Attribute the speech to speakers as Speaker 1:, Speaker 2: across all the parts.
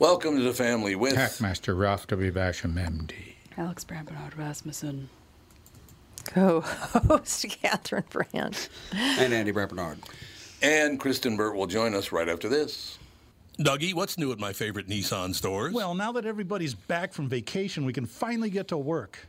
Speaker 1: Welcome to the family with
Speaker 2: Hackmaster Ralph W. Basham, MD.
Speaker 3: Alex Brambard Rasmussen.
Speaker 4: Co-host Catherine Brand.
Speaker 5: and Andy Brampernard.
Speaker 1: and Kristen Burt will join us right after this.
Speaker 6: Dougie, what's new at my favorite Nissan stores?
Speaker 7: Well, now that everybody's back from vacation, we can finally get to work.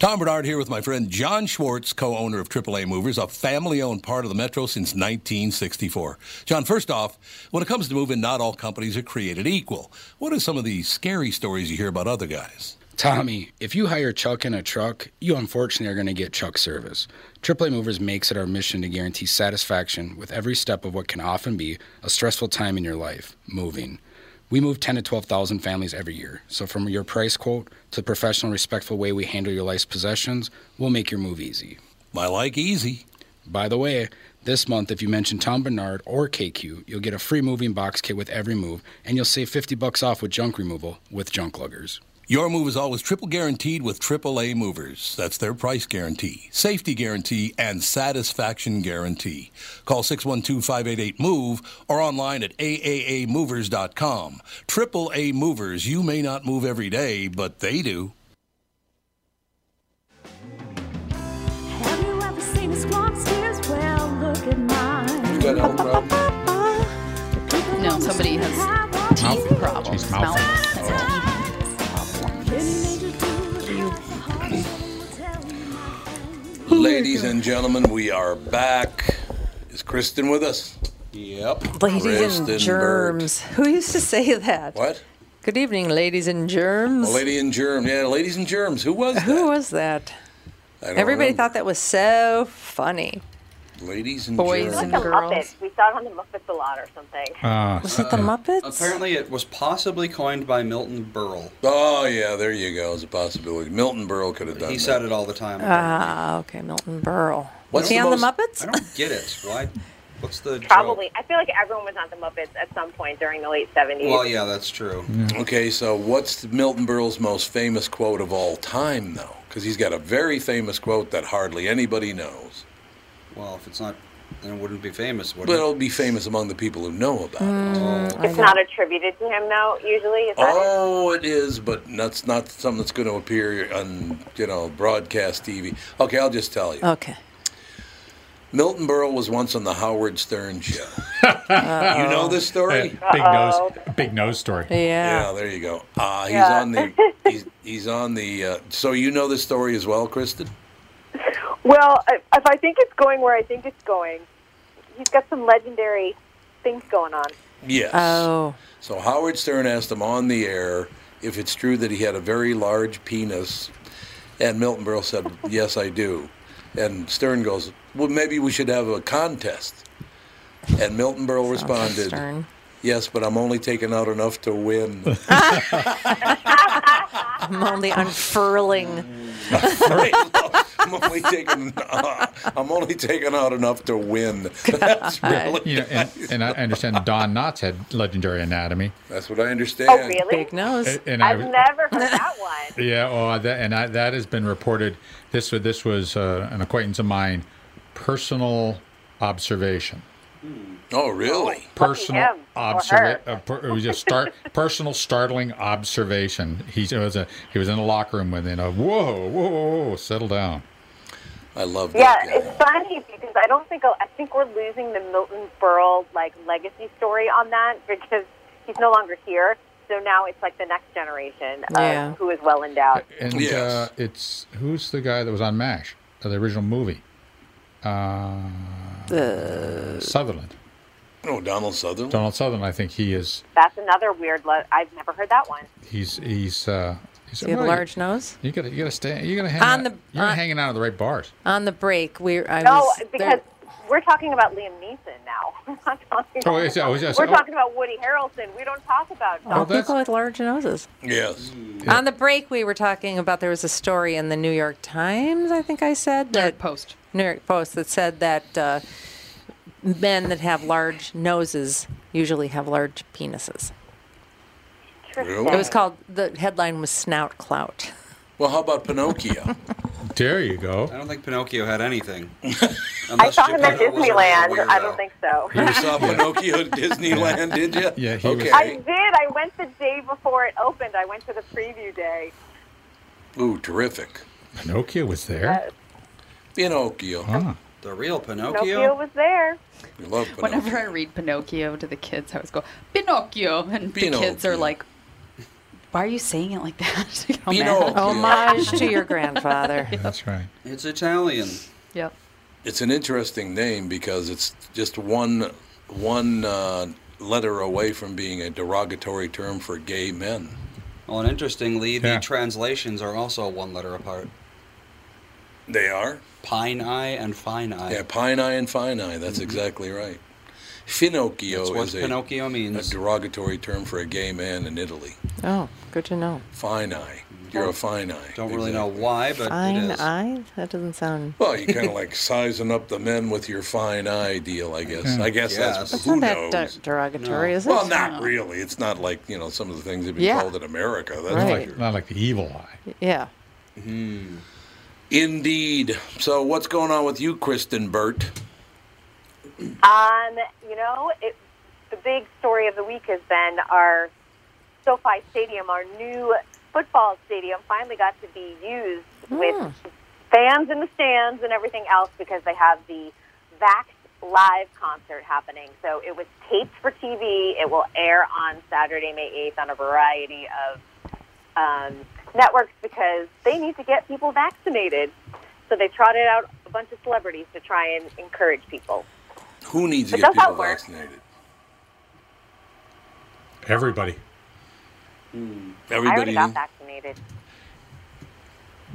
Speaker 6: Tom Bernard here with my friend John Schwartz, co owner of AAA Movers, a family owned part of the Metro since 1964. John, first off, when it comes to moving, not all companies are created equal. What are some of the scary stories you hear about other guys?
Speaker 2: Tommy, if you hire Chuck in a truck, you unfortunately are going to get Chuck service. AAA Movers makes it our mission to guarantee satisfaction with every step of what can often be a stressful time in your life, moving. We move 10 to 12,000 families every year. So from your price quote to the professional respectful way we handle your life's possessions, we'll make your move easy.
Speaker 6: My like easy.
Speaker 2: By the way, this month, if you mention Tom Bernard or KQ, you'll get a free moving box kit with every move, and you'll save 50 bucks off with junk removal with junk luggers.
Speaker 6: Your move is always triple guaranteed with AAA Movers. That's their price guarantee, safety guarantee, and satisfaction guarantee. Call 612-588-MOVE or online at aaamovers.com. AAA Movers, you may not move every day, but they do.
Speaker 8: Have you ever seen a squawk's ears? Well, look at mine.
Speaker 1: You got a health problem?
Speaker 3: No, somebody has teeth
Speaker 2: Mouth-
Speaker 3: problems.
Speaker 2: teeth mouth.
Speaker 3: Mouth- has
Speaker 1: Ladies and gentlemen, we are back. Is Kristen with us?
Speaker 9: yep.
Speaker 4: Ladies
Speaker 1: Kristen
Speaker 4: and germs. Who used to say that?
Speaker 1: What?
Speaker 4: Good evening, ladies and germs.
Speaker 1: A lady in germs. Yeah, ladies and germs. Who was that?
Speaker 4: Who was that?
Speaker 1: I don't
Speaker 4: Everybody
Speaker 1: remember.
Speaker 4: thought that was so funny.
Speaker 1: Ladies and
Speaker 4: Boys
Speaker 1: germs.
Speaker 4: and
Speaker 5: like a
Speaker 4: girls.
Speaker 5: Muppet. We saw it on the Muppets a lot or something.
Speaker 10: Uh,
Speaker 4: Was it the Muppets?
Speaker 11: Apparently, it was possibly coined by Milton Berle.
Speaker 1: Oh yeah, there you go. It's a possibility. Milton Berle could have done.
Speaker 11: He
Speaker 1: that.
Speaker 11: said it all the time.
Speaker 4: Ah, okay, Milton Berle.
Speaker 1: What's
Speaker 4: Was he
Speaker 1: the
Speaker 4: on the
Speaker 1: most-
Speaker 4: Muppets?
Speaker 11: I don't get it. Why? What's the
Speaker 5: Probably. I feel like everyone was on the Muppets at some point during the late 70s.
Speaker 11: that's true.
Speaker 1: Okay, so what's Milton Berle's most famous quote of all time, though? Because he's got a very famous quote that hardly anybody knows.
Speaker 11: Well, if it's not, then it wouldn't be famous, would
Speaker 1: But
Speaker 11: it?
Speaker 1: it'll be famous among the people who know about it.
Speaker 5: It's not attributed to him, though, usually. Is that it?
Speaker 1: Oh, it is, but that's not something that's going to appear on you know broadcast TV. Okay, I'll just tell you.
Speaker 4: Okay.
Speaker 1: Milton Berle was once on the Howard Stern show. you know this story?
Speaker 10: Uh, big nose, big nose story.
Speaker 1: Yeah, there you go. Uh, he's
Speaker 5: Yeah.
Speaker 1: on the. He's, he's on the. Uh, so you know this story as well, Kristen?
Speaker 11: Oh.
Speaker 5: Well, I- if I think it's going where I think it's going, he's got some legendary things going on.
Speaker 1: Yes.
Speaker 4: Oh.
Speaker 1: So Howard Stern asked him on the air if it's true that he had a very large penis, and Milton Berle said, "Yes, I do." And Stern goes, "Well, maybe we should have a contest." And Milton Berle responded,
Speaker 4: Stern.
Speaker 1: "Yes, but I'm only taking out enough to win."
Speaker 4: I'm only unfurling.
Speaker 1: I'm only taking uh, I'm only taking out enough to win. That's really
Speaker 10: You know, and, and I understand Don Knotts had legendary anatomy.
Speaker 1: That's what I understand.
Speaker 5: Oh, really?
Speaker 10: And, and
Speaker 5: I've
Speaker 10: I,
Speaker 5: never heard that one.
Speaker 10: yeah, oh, that, and I, that has been reported. This was this was uh, an acquaintance of mine, personal observation.
Speaker 1: Oh, really?
Speaker 10: Personal
Speaker 5: him or
Speaker 10: observation. Uh, per, it was a start. personal startling observation. He was a he was in a locker room with. You know, whoa, whoa, whoa, whoa, settle down.
Speaker 1: I love
Speaker 5: Yeah, it's funny because I don't think I think we're losing the Milton Berle like legacy story on that because he's no longer here. So now it's like the next generation of
Speaker 10: Yeah.
Speaker 5: who is well endowed.
Speaker 10: And
Speaker 5: Yes.
Speaker 10: uh, it's who's the guy that was on Mash, uh, the original movie, uh, Sutherland,
Speaker 1: Oh, Donald Sutherland.
Speaker 10: Donald Sutherland. I think he is.
Speaker 5: That's another weird. Le- I've never heard that one.
Speaker 10: He's he's. Uh, he's
Speaker 4: Does he have a
Speaker 10: well,
Speaker 4: large nose?
Speaker 10: You gotta you gotta stay. You gotta hang
Speaker 4: On
Speaker 10: out,
Speaker 4: the-
Speaker 10: You're
Speaker 4: on-
Speaker 10: hanging out at the right bars.
Speaker 4: On the break, we I
Speaker 5: No,
Speaker 4: was
Speaker 5: because
Speaker 4: there-
Speaker 5: we're talking about Liam Neeson now. We're not talking.
Speaker 10: Oh,
Speaker 5: about-
Speaker 10: yes, oh, yes,
Speaker 5: we're
Speaker 10: oh.
Speaker 5: talking about Woody Harrelson. We don't talk about.
Speaker 4: all
Speaker 5: Donald.
Speaker 4: people with large noses.
Speaker 1: Yes.
Speaker 4: On the break, we were talking about there was a story in the New York Times, I think I said. New York Post. New York Post that said that uh, men that have large noses usually have large penises. It was called, the headline was Snout Clout.
Speaker 1: Well, how about Pinocchio?
Speaker 10: There you go.
Speaker 11: I don't think Pinocchio had anything.
Speaker 5: I
Speaker 11: Unless
Speaker 5: saw him at
Speaker 11: Geppetto was a real
Speaker 5: Disneyland. I
Speaker 11: weirdo.
Speaker 5: don't think so.
Speaker 1: You saw Pinocchio at Disneyland, did you?
Speaker 10: Yeah, he
Speaker 1: okay.
Speaker 5: I did. I went the day before it opened. I went to the preview day.
Speaker 1: Ooh, terrific.
Speaker 10: Pinocchio was there.
Speaker 1: Pinocchio.
Speaker 11: The real
Speaker 5: Pinocchio
Speaker 11: Pinocchio.
Speaker 5: was there.
Speaker 1: You love
Speaker 3: Whenever I read Pinocchio to the kids, I always go, Pinocchio. And the kids
Speaker 1: Pinocchio.
Speaker 3: are like, why are you saying it like that? Oh, You know,
Speaker 1: Pinocchio.
Speaker 4: Homage to your grandfather.
Speaker 10: That's right.
Speaker 11: It's Italian.
Speaker 3: Yep.
Speaker 1: It's an interesting name because it's just one one uh, letter away from being a derogatory term for gay men.
Speaker 11: Well, and interestingly, the translations are also one letter apart.
Speaker 1: They are.
Speaker 11: Pine eye and fine eye.
Speaker 1: Yeah, pine eye and fine eye. That's exactly right. Finocchio
Speaker 11: Mm-hmm. That's what
Speaker 1: is a,
Speaker 11: Pinocchio means.
Speaker 1: a derogatory term for a gay man in Italy.
Speaker 4: Oh, good to know.
Speaker 1: Fine eye. You're a fine eye.
Speaker 11: Don't really know why, but it
Speaker 4: Fine
Speaker 11: is.
Speaker 4: eye? That doesn't sound.
Speaker 1: Well, you kind of like sizing up the men with your fine eye deal, I guess.
Speaker 11: Hmm.
Speaker 1: I guess that's
Speaker 4: That's
Speaker 1: who
Speaker 4: not that
Speaker 1: knows.
Speaker 4: de- derogatory, is it?
Speaker 1: Well, not really. It's not like you know some of the things they've been
Speaker 4: Yeah.
Speaker 1: called in America. That's for
Speaker 10: Not, like, not like the evil eye.
Speaker 4: Yeah.
Speaker 1: sure. Indeed. So, what's going on with you, Kristen Burt?
Speaker 5: Um, you know, it, the big story of the week has been our SoFi Stadium, our new football stadium, finally got to be used
Speaker 4: Hmm.
Speaker 5: with fans in the stands and everything else because they have the Vax Live concert happening. So it was taped for TV. It will air on Saturday, May 8th on a variety of um, networks because they need to get people vaccinated. So they trotted out a bunch of celebrities to try and encourage people.
Speaker 1: Who needs to
Speaker 5: But
Speaker 1: get
Speaker 5: that's how
Speaker 1: people
Speaker 5: it works.
Speaker 1: vaccinated? Everybody.
Speaker 10: Everybody.
Speaker 11: Hmm.
Speaker 5: I already got vaccinated.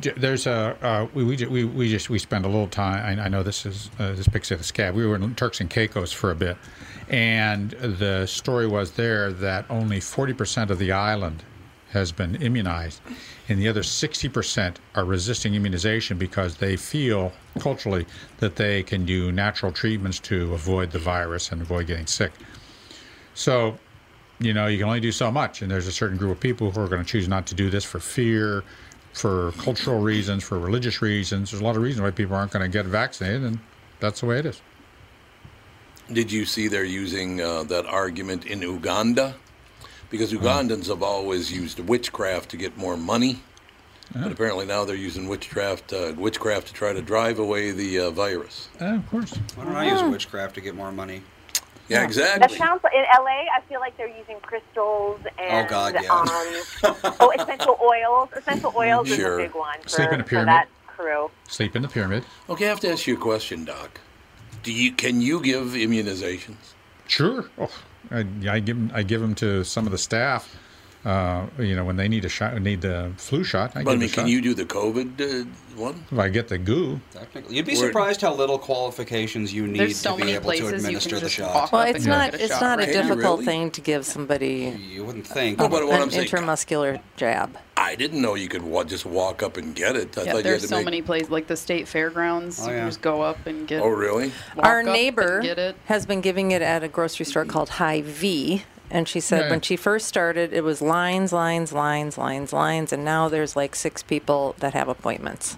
Speaker 10: J- There's a uh, we, we ju- we we just we spend a little time. I, I know this is uh, this picks at the scab. We were in Turks and Caicos for a bit, and the story was there that only 40 percent of the island has been immunized, and the other 60 percent are resisting immunization because they feel culturally that they can do natural treatments to avoid the virus and avoid getting sick. So, you know, you can only do so much. And there's a certain group of people who are going to choose not to do this for fear, for cultural reasons, for religious reasons. There's a lot of reasons why people aren't going to get vaccinated, and that's the way it is.
Speaker 1: Did you see they're using uh, that argument in Uganda? Because Ugandans have always used witchcraft to get more money, but apparently now they're using witchcraft uh, witchcraft to try to drive away the uh, virus.
Speaker 10: of course.
Speaker 11: Why don't I use witchcraft to get more money?
Speaker 1: Yeah,
Speaker 5: That
Speaker 1: exactly.
Speaker 5: sounds in LA. I feel like they're using crystals and
Speaker 11: Oh, God, yeah.
Speaker 5: um, oh, essential oils. Essential oils
Speaker 1: Sure.
Speaker 5: is a big one for,
Speaker 1: Sleep in a
Speaker 5: for
Speaker 1: pyramid.
Speaker 5: that crew.
Speaker 10: Sleep in the pyramid.
Speaker 1: Okay, I have to ask you a question, Doc. Do you can you give immunizations?
Speaker 10: Sure. Oh, I, I give 'em- I give them to some of the staff. Uh, you know, when they need a shot, need the flu shot. I
Speaker 1: but I
Speaker 10: give 'em a
Speaker 1: mean, can
Speaker 10: shot.
Speaker 1: you do the COVID uh, one?
Speaker 10: If I get the goo,
Speaker 11: Technically, you'd be
Speaker 1: Word.
Speaker 11: surprised how little qualifications you need
Speaker 3: There's so
Speaker 11: to be
Speaker 3: many
Speaker 11: able to
Speaker 3: places you can
Speaker 11: administer the
Speaker 3: just
Speaker 11: shot.
Speaker 3: walk
Speaker 4: Well, it's not
Speaker 11: It's
Speaker 4: it's not a
Speaker 11: Can you
Speaker 4: difficult
Speaker 11: really?
Speaker 4: thing to give somebody.
Speaker 11: You wouldn't think.
Speaker 4: a-
Speaker 1: No, but what
Speaker 4: an
Speaker 1: I'm saying-
Speaker 4: intramuscular jab.
Speaker 1: I didn't know you could wa- just walk up and get it. I thought
Speaker 3: Yeah,
Speaker 1: you had
Speaker 3: there's
Speaker 1: to
Speaker 3: so
Speaker 1: make.
Speaker 3: many places, like the state fairgrounds.
Speaker 1: Oh,
Speaker 3: You
Speaker 1: yeah.
Speaker 3: can just go up and get.
Speaker 1: Oh, really?
Speaker 3: walk
Speaker 4: Our
Speaker 3: up and
Speaker 4: neighbor
Speaker 3: Get it.
Speaker 4: has been giving it at a grocery store called High V, and she said
Speaker 3: Yeah.
Speaker 4: when she first started, it was lines, lines, lines, lines, lines, and now there's like six people that have appointments.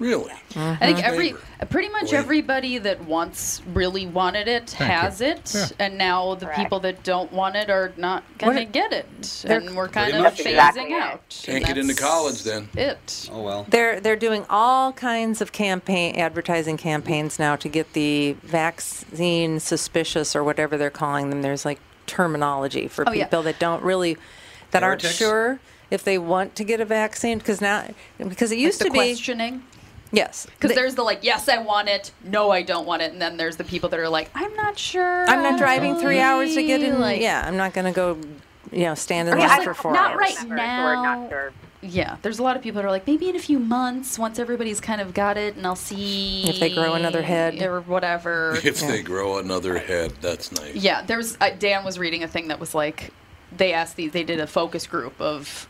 Speaker 1: Really?
Speaker 3: I think every, uh, pretty much everybody that once really wanted it
Speaker 4: Thank you.
Speaker 3: has it,
Speaker 4: Yeah.
Speaker 3: and now the people that don't want it are not
Speaker 4: What
Speaker 3: gonna
Speaker 4: it-
Speaker 3: get it,
Speaker 4: They're-
Speaker 3: and we're kind
Speaker 1: Pretty
Speaker 3: of
Speaker 1: much, yeah.
Speaker 3: phasing out.
Speaker 1: Can't get into college then.
Speaker 3: It.
Speaker 11: Oh well.
Speaker 4: They're they're doing all kinds of campaign advertising campaigns now to get the vaccine suspicious or whatever they're calling them. There's like terminology for
Speaker 3: Oh, yeah.
Speaker 4: people that don't really that aren't
Speaker 3: Heretics?
Speaker 4: sure if they want to get a vaccine because now because it used
Speaker 3: the
Speaker 4: to be
Speaker 3: questioning.
Speaker 4: yes
Speaker 3: Because there's the like, yes, I want it. No, I don't want it. And then there's the people that are like, I'm not sure.
Speaker 4: I'm not driving three hours to get in.
Speaker 3: Like,
Speaker 4: yeah, I'm not going to go, you know, stand in
Speaker 3: Or just
Speaker 4: line
Speaker 3: like,
Speaker 4: for four
Speaker 3: not
Speaker 4: hours.
Speaker 3: right now. Yeah, there's a lot of people that are like, maybe in a few months, once everybody's kind of got it, and I'll see
Speaker 4: If they grow another head.
Speaker 3: or whatever.
Speaker 1: If
Speaker 3: yeah.
Speaker 1: they grow another head, that's nice.
Speaker 3: yeah, there's uh, Dan was reading a thing that was like, they asked these, they did a focus group of,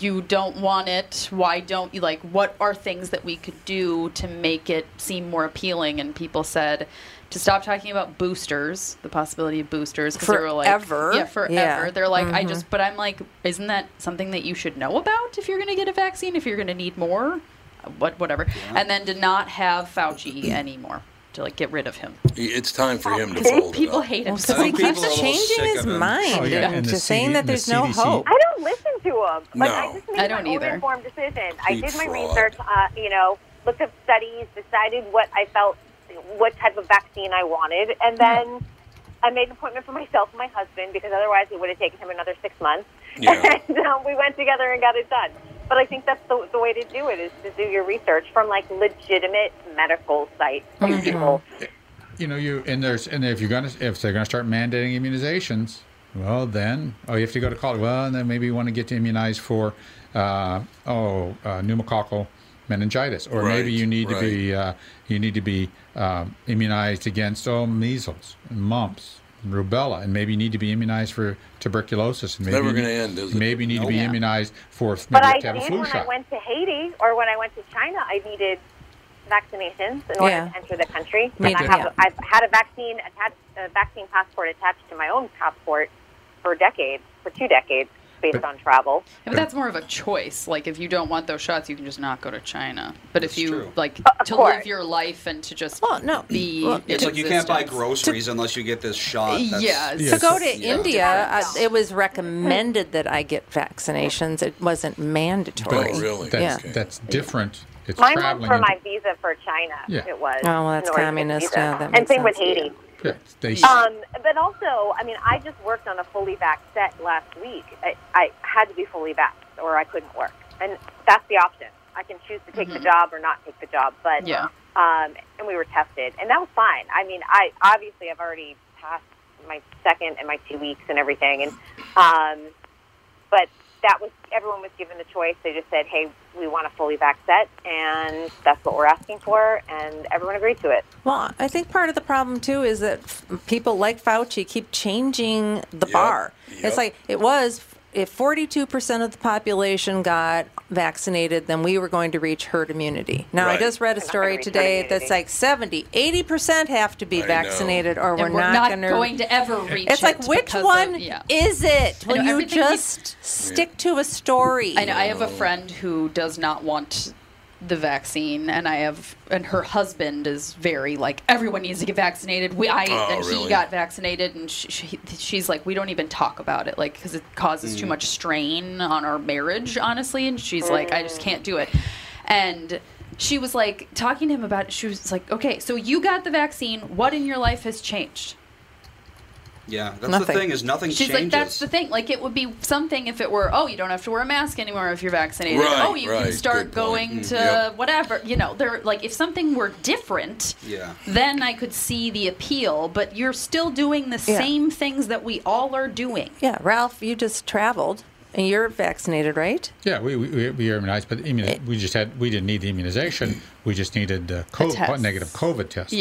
Speaker 3: you don't want it, why don't you like? What are things that we could do to make it seem more appealing? And people said. To stop talking about boosters, the possibility of boosters, because they were like,
Speaker 4: Forever.
Speaker 3: yeah, forever.
Speaker 4: Yeah.
Speaker 3: They're like, I
Speaker 4: Mhm.
Speaker 3: just, but I'm like, isn't that something that you should know about if you're going to get a vaccine? If you're going to need more, what, whatever, and then to not have Fauci anymore, to like get rid of him.
Speaker 1: It's time for him to fold it
Speaker 3: People
Speaker 1: up.
Speaker 3: hate him.
Speaker 4: Well, 'cause he keeps changing his mind
Speaker 1: Oh, yeah,
Speaker 4: and
Speaker 1: and the
Speaker 4: just saying
Speaker 1: CD
Speaker 4: that there's no
Speaker 1: and the
Speaker 4: hope.
Speaker 5: I don't listen to them. Like, I
Speaker 4: No.
Speaker 5: just made
Speaker 4: I don't
Speaker 5: my own
Speaker 4: either.
Speaker 5: informed decision. I
Speaker 4: Complete
Speaker 5: did my
Speaker 4: fraud.
Speaker 5: research. Uh, you know, looked up studies, decided what I felt, what type of vaccine I wanted, and then I made an appointment for myself and my husband because otherwise it would have taken him another six months.
Speaker 8: Yeah.
Speaker 5: and um, we went together and got it done. But I think that's the, the way to do it is to do your research from like legitimate medical sites.
Speaker 10: you know, you and there's and if you're gonna if they're gonna start mandating immunizations, well then oh you have to go to college. Well, and then maybe you want to get immunized for uh, oh uh, pneumococcal meningitis, or maybe
Speaker 9: Right,
Speaker 10: you need to be uh, you need to be um, immunized against oh measles and mumps. and Rubella, and maybe you need to be immunized for tuberculosis. And maybe
Speaker 1: never
Speaker 10: you
Speaker 1: gonna
Speaker 10: need-
Speaker 1: end, is it?
Speaker 10: Maybe you need to be
Speaker 1: Nope.
Speaker 10: immunized for maybe
Speaker 5: But
Speaker 10: you
Speaker 5: I
Speaker 10: have to have
Speaker 5: did
Speaker 10: a flu
Speaker 5: when
Speaker 10: shot.
Speaker 5: I went to Haiti or when I went to China. I needed vaccinations in order
Speaker 4: Yeah.
Speaker 5: to enter the country.
Speaker 4: Me
Speaker 5: and I
Speaker 4: too.
Speaker 5: have,
Speaker 4: Yeah.
Speaker 5: I've had a vaccine attached, a vaccine passport attached to my own passport for decades, for two decades, based on travel.
Speaker 3: But that's more of a choice. Like if you don't want those shots, you can just not go to China. But if you like to live your life and to just well,
Speaker 4: no,
Speaker 3: be
Speaker 11: It's
Speaker 3: in
Speaker 11: like you can't buy
Speaker 3: existence.
Speaker 11: groceries unless you get this shot. That's-
Speaker 3: Yeah,
Speaker 4: To go to India, uh, it was recommended that I get vaccinations. It wasn't
Speaker 1: Oh,
Speaker 4: mandatory.
Speaker 10: But
Speaker 4: Yeah.
Speaker 10: That's, that's different. It's
Speaker 5: Mine was
Speaker 10: traveling.
Speaker 5: for
Speaker 10: into-
Speaker 5: my visa for China.
Speaker 10: Yeah.
Speaker 5: It was.
Speaker 4: Oh, well, that's
Speaker 5: in order to get
Speaker 4: communist.
Speaker 5: visa.
Speaker 4: Yeah, that
Speaker 5: and
Speaker 4: makes
Speaker 5: same with
Speaker 4: sense.
Speaker 5: Haiti.
Speaker 10: yeah, they
Speaker 5: Um, but also, I mean, I just worked on a fully vax set last week. I, I had to be fully vaxxed or I couldn't work. And that's the option. I can choose to take the job or not take the job. But,
Speaker 3: Yeah.
Speaker 5: um, and we were tested. And that was fine. I mean, I obviously I've already passed my second and my two weeks and everything. And, um, but that was everyone was given the choice. They just said, "Hey, we want a fully vax set, and that's what we're asking for," and everyone agreed to it.
Speaker 4: Well, I think part of the problem too is that f- people like Fauci keep changing the bar. It's like it was if 42% of the population got vaccinated, then we were going to reach herd immunity. Now, I
Speaker 12: Right.
Speaker 4: just read a story today that's like 70, 80% have to be
Speaker 12: I know.
Speaker 4: vaccinated or
Speaker 3: And
Speaker 4: we're,
Speaker 3: we're not
Speaker 4: gonna-
Speaker 3: going to ever reach
Speaker 4: It's like
Speaker 3: it
Speaker 4: which
Speaker 3: because of-
Speaker 4: one
Speaker 3: yeah.
Speaker 4: is it?
Speaker 3: I
Speaker 4: Will
Speaker 3: know,
Speaker 4: you
Speaker 3: everything keeps-
Speaker 4: just stick to a story?
Speaker 3: I know. I have a friend who does not want the vaccine, and I have, and her husband is very like everyone needs to get vaccinated. We, I,
Speaker 12: Oh,
Speaker 3: and
Speaker 12: really?
Speaker 3: he got vaccinated, and she, she, she's like, we don't even talk about it, like because it causes too
Speaker 12: Mm.
Speaker 3: much strain on our marriage, honestly. And she's like, I just can't do it, and. She was like talking to him about it. She was like, okay, so you got the vaccine. What in your life has changed?
Speaker 11: Yeah, that's the
Speaker 3: Nothing.
Speaker 11: thing is nothing
Speaker 3: She's
Speaker 11: changes.
Speaker 3: like, that's the thing. Like, it would be something if it were, oh, you don't have to wear a mask anymore if you're vaccinated.
Speaker 11: Right,
Speaker 3: oh, you
Speaker 11: right,
Speaker 3: can start
Speaker 11: good point.
Speaker 3: going
Speaker 11: Mm,
Speaker 3: to
Speaker 11: yep.
Speaker 3: whatever. You know, they're like, if something were different,
Speaker 11: yeah.
Speaker 3: then I could see the appeal. But you're still doing the
Speaker 4: Yeah.
Speaker 3: same things that we all are doing.
Speaker 4: Yeah, Ralph, you just traveled and you're vaccinated, right?
Speaker 10: Yeah, we we, we- we are immunized, but immun- we just had we didn't need the immunization. We just needed the COVID,
Speaker 4: test.
Speaker 10: negative COVID test.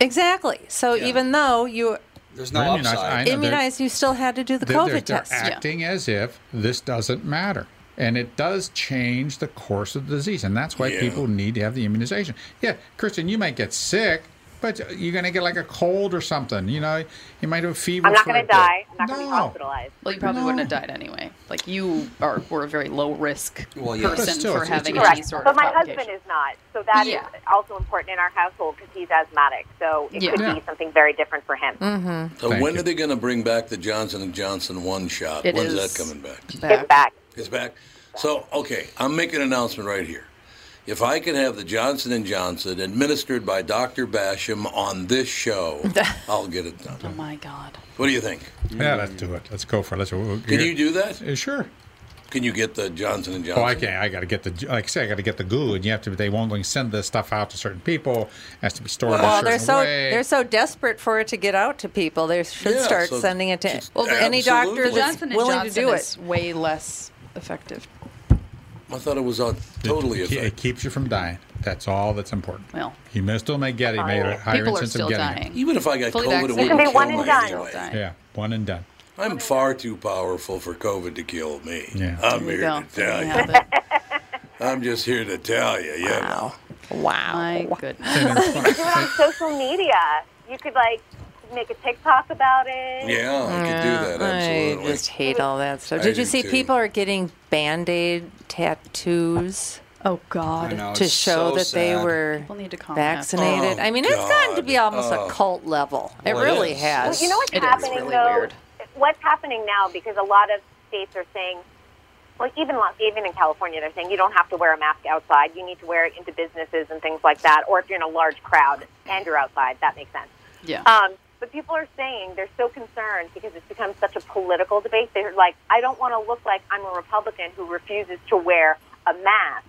Speaker 4: Exactly. So even though you
Speaker 11: There's
Speaker 10: no We're immunized. upside. I know they're-
Speaker 4: immunized, you still had to do the
Speaker 10: They're-
Speaker 4: COVID
Speaker 10: they're, they're
Speaker 4: test.
Speaker 10: acting as if this doesn't matter. And it does change the course of the disease. And that's why
Speaker 13: Yeah.
Speaker 10: people need to have the immunization. Yeah, Kristen, you might get sick, but you're going to get like a cold or something. You know, you might have a fever.
Speaker 5: I'm not
Speaker 10: for
Speaker 5: going to
Speaker 10: a bit.
Speaker 5: die. I'm not going to be hospitalized.
Speaker 3: Well, you probably wouldn't have died anyway. Like, you are were a very low risk
Speaker 11: yeah. But
Speaker 3: person
Speaker 11: still,
Speaker 3: for
Speaker 11: it's-
Speaker 3: having
Speaker 11: it's-
Speaker 3: any
Speaker 5: Correct.
Speaker 3: sort
Speaker 5: But
Speaker 3: of
Speaker 5: my
Speaker 3: complication.
Speaker 5: husband is not, so that is also important in our household because he's asthmatic. So it
Speaker 3: Yeah.
Speaker 5: could
Speaker 3: Yeah.
Speaker 5: be something very different for him.
Speaker 4: Mm-hmm.
Speaker 1: So
Speaker 5: Thank
Speaker 1: when are they going to bring back the Johnson and Johnson one shot?
Speaker 5: It
Speaker 1: When's
Speaker 5: is
Speaker 1: that coming back?
Speaker 5: It's back.
Speaker 1: It's back. So okay, I'm making an announcement right here. If I could have the Johnson and Johnson administered by Dr. Basham on this show, I'll get it done. Oh
Speaker 3: my God!
Speaker 1: What do you think?
Speaker 10: Yeah, let's do it. Let's go for it. Let's,
Speaker 1: Can you do that?
Speaker 10: Uh, sure.
Speaker 1: Can you get the Johnson and Johnson?
Speaker 10: Oh, I can't. I got to get the like I say, I got to get the goo, and you have to. They won't only send this stuff out to certain people. It has to be stored. in a
Speaker 4: Well,
Speaker 10: certain
Speaker 4: they're so
Speaker 10: way.
Speaker 4: they're so desperate for it to get out to people. They should
Speaker 10: Yeah,
Speaker 4: start
Speaker 10: so
Speaker 4: sending it to
Speaker 3: Well, the-
Speaker 4: any doctor that's
Speaker 3: Johnson and
Speaker 4: willing
Speaker 3: Johnson
Speaker 4: to do it.
Speaker 3: is way less effective.
Speaker 1: I thought it was on totally.
Speaker 10: It, it keeps you from dying. That's all that's important.
Speaker 3: Well,
Speaker 10: you may still may get it. You may have a higher
Speaker 1: People are
Speaker 10: instance
Speaker 1: still
Speaker 10: of getting
Speaker 1: dying.
Speaker 10: it.
Speaker 1: Even if I got Fully COVID, it vaccinated. wouldn't
Speaker 10: would
Speaker 1: It can be one kill and me done. anyway.
Speaker 10: Yeah, one and done.
Speaker 1: I'm far too powerful for COVID to kill me.
Speaker 10: Yeah.
Speaker 1: I'm
Speaker 10: There
Speaker 1: here
Speaker 10: you go.
Speaker 1: to tell
Speaker 10: Yeah,
Speaker 1: you. I'm just here to tell you. Yeah. Wow.
Speaker 4: Wow.
Speaker 3: My goodness.
Speaker 5: You could do it on social media. You could like make a TikTok about it.
Speaker 1: Yeah,
Speaker 4: Mm.
Speaker 1: I could do that. Absolutely.
Speaker 4: I just hate all that stuff.
Speaker 1: I
Speaker 4: Did you
Speaker 1: do
Speaker 4: see
Speaker 1: too.
Speaker 4: people are getting band aid tattoos?
Speaker 3: Oh God!
Speaker 11: I know,
Speaker 4: to
Speaker 11: it's
Speaker 4: show
Speaker 11: so
Speaker 4: that they
Speaker 11: sad.
Speaker 4: were
Speaker 3: People need to calm down.
Speaker 4: vaccinated.
Speaker 11: Oh,
Speaker 4: I mean, it's gotten to
Speaker 11: God.
Speaker 4: be almost
Speaker 11: Oh.
Speaker 4: a cult level. It
Speaker 11: Well, it
Speaker 4: really
Speaker 11: is.
Speaker 4: has.
Speaker 5: Well, you know what's happening though? What's happening now because a lot of states are saying, well, even Los- even in California, they're saying you don't have to wear a mask outside. You need to wear it into businesses and things like that, or if you're in a large crowd and you're outside, that makes sense.
Speaker 3: Yeah.
Speaker 5: Um, but people are saying they're so concerned because it's become such a political debate. They're like, I don't want to look like I'm a Republican who refuses to wear a mask.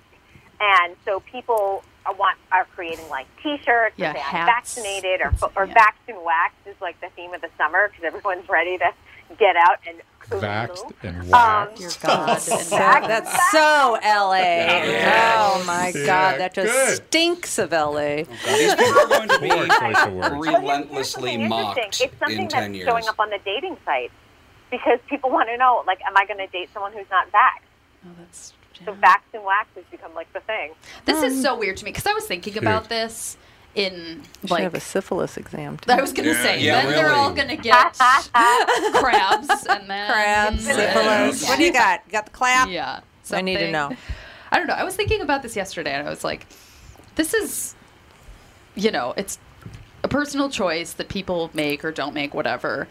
Speaker 5: And so people are, want, are creating like T-shirts
Speaker 3: Yeah,
Speaker 5: that say I'm
Speaker 3: hats.
Speaker 5: vaccinated or or vaxxed and waxed is like the theme of the summer because everyone's ready to get out and
Speaker 10: Vaxxed and
Speaker 5: Um,
Speaker 10: waxed.
Speaker 5: Dear
Speaker 4: God. So- that's so LA. Oh my
Speaker 11: Yeah,
Speaker 4: God, that just
Speaker 11: good.
Speaker 4: stinks of LA.
Speaker 11: These people are going to
Speaker 4: Poor choice of
Speaker 11: be
Speaker 4: words.
Speaker 11: relentlessly mocked
Speaker 5: interesting. It's something
Speaker 11: in
Speaker 5: that's
Speaker 11: 10 years.
Speaker 5: showing up on the dating sites because people want to know, like, am I going to date someone who's not vaxxed?
Speaker 3: Oh, that's
Speaker 5: So vaxxed and waxed has become like the thing.
Speaker 3: This
Speaker 4: Hmm.
Speaker 3: is so weird to me because I was thinking
Speaker 4: Dude.
Speaker 3: about this in
Speaker 4: Should
Speaker 3: like
Speaker 4: have a syphilis exam. Too.
Speaker 3: I was gonna
Speaker 4: Yeah,
Speaker 3: say
Speaker 4: yeah,
Speaker 3: then they're
Speaker 4: really.
Speaker 3: all gonna get crabs and then
Speaker 4: Crabs, syphilis. What do you got? You got the clap?
Speaker 3: Yeah,
Speaker 4: I need to
Speaker 3: something.
Speaker 4: know.
Speaker 3: I don't know. I was thinking about this yesterday and I was like, this is, you know, it's a personal choice that people make or don't make, whatever.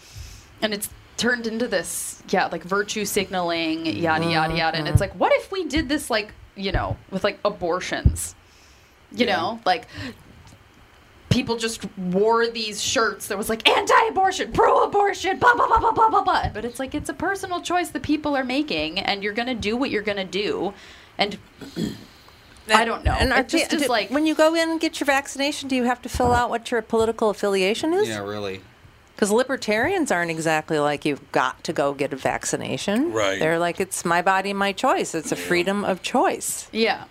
Speaker 3: And it's turned into this, yeah, like virtue signaling, yada, yada, yada. And it's like, what if we did this, like, you know, with like abortions? You know, like people just wore these shirts that was like anti-abortion, pro-abortion, blah blah blah blah blah blah blah. But it's like it's a personal choice that people are making, and you're gonna do what you're gonna do, and I don't know.
Speaker 4: And
Speaker 3: And
Speaker 4: are
Speaker 3: Oh, it just
Speaker 4: the-
Speaker 3: is
Speaker 4: do-
Speaker 3: like
Speaker 4: when you go in and get your vaccination, do you have to fill out what your political affiliation is?
Speaker 11: Yeah, really.
Speaker 4: Because libertarians aren't exactly like you've got to go get a vaccination.
Speaker 3: Right.
Speaker 4: They're like, it's my body, my choice. It's a freedom of choice.
Speaker 3: Yeah.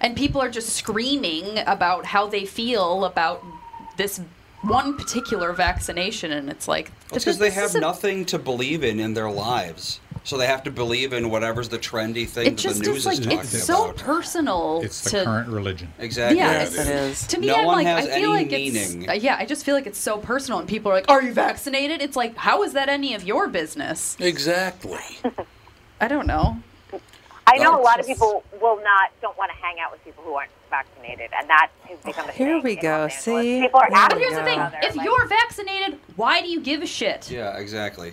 Speaker 3: And people are just screaming about how they feel about this one particular vaccination. And it's like,
Speaker 11: because they have nothing to believe in in their lives. So they have to believe in whatever's the trendy thing
Speaker 3: it
Speaker 11: that the
Speaker 3: just is
Speaker 11: news
Speaker 3: like,
Speaker 11: is talking
Speaker 3: it's so
Speaker 11: about.
Speaker 3: personal to.
Speaker 10: religion.
Speaker 11: Exactly.
Speaker 3: Yeah, it's- To me,
Speaker 11: no
Speaker 3: I'm
Speaker 11: one
Speaker 3: like,
Speaker 11: has
Speaker 3: I feel
Speaker 11: any
Speaker 3: like
Speaker 11: meaning.
Speaker 3: it's uh, yeah. I just feel like it's so personal, and people are like, "Are you vaccinated?" It's like, how is that any of your business?
Speaker 1: Exactly.
Speaker 3: I don't know.
Speaker 5: I know
Speaker 3: Well,
Speaker 5: a lot of
Speaker 3: it's-
Speaker 5: people will not don't want to hang out with people who aren't vaccinated, and that has
Speaker 3: Oh,
Speaker 5: become a
Speaker 4: Here we go. See?
Speaker 5: People are
Speaker 4: There
Speaker 5: asking
Speaker 4: we
Speaker 3: Here's the
Speaker 4: go.
Speaker 3: thing: if you're vaccinated, why do you give a shit?
Speaker 11: Yeah, exactly.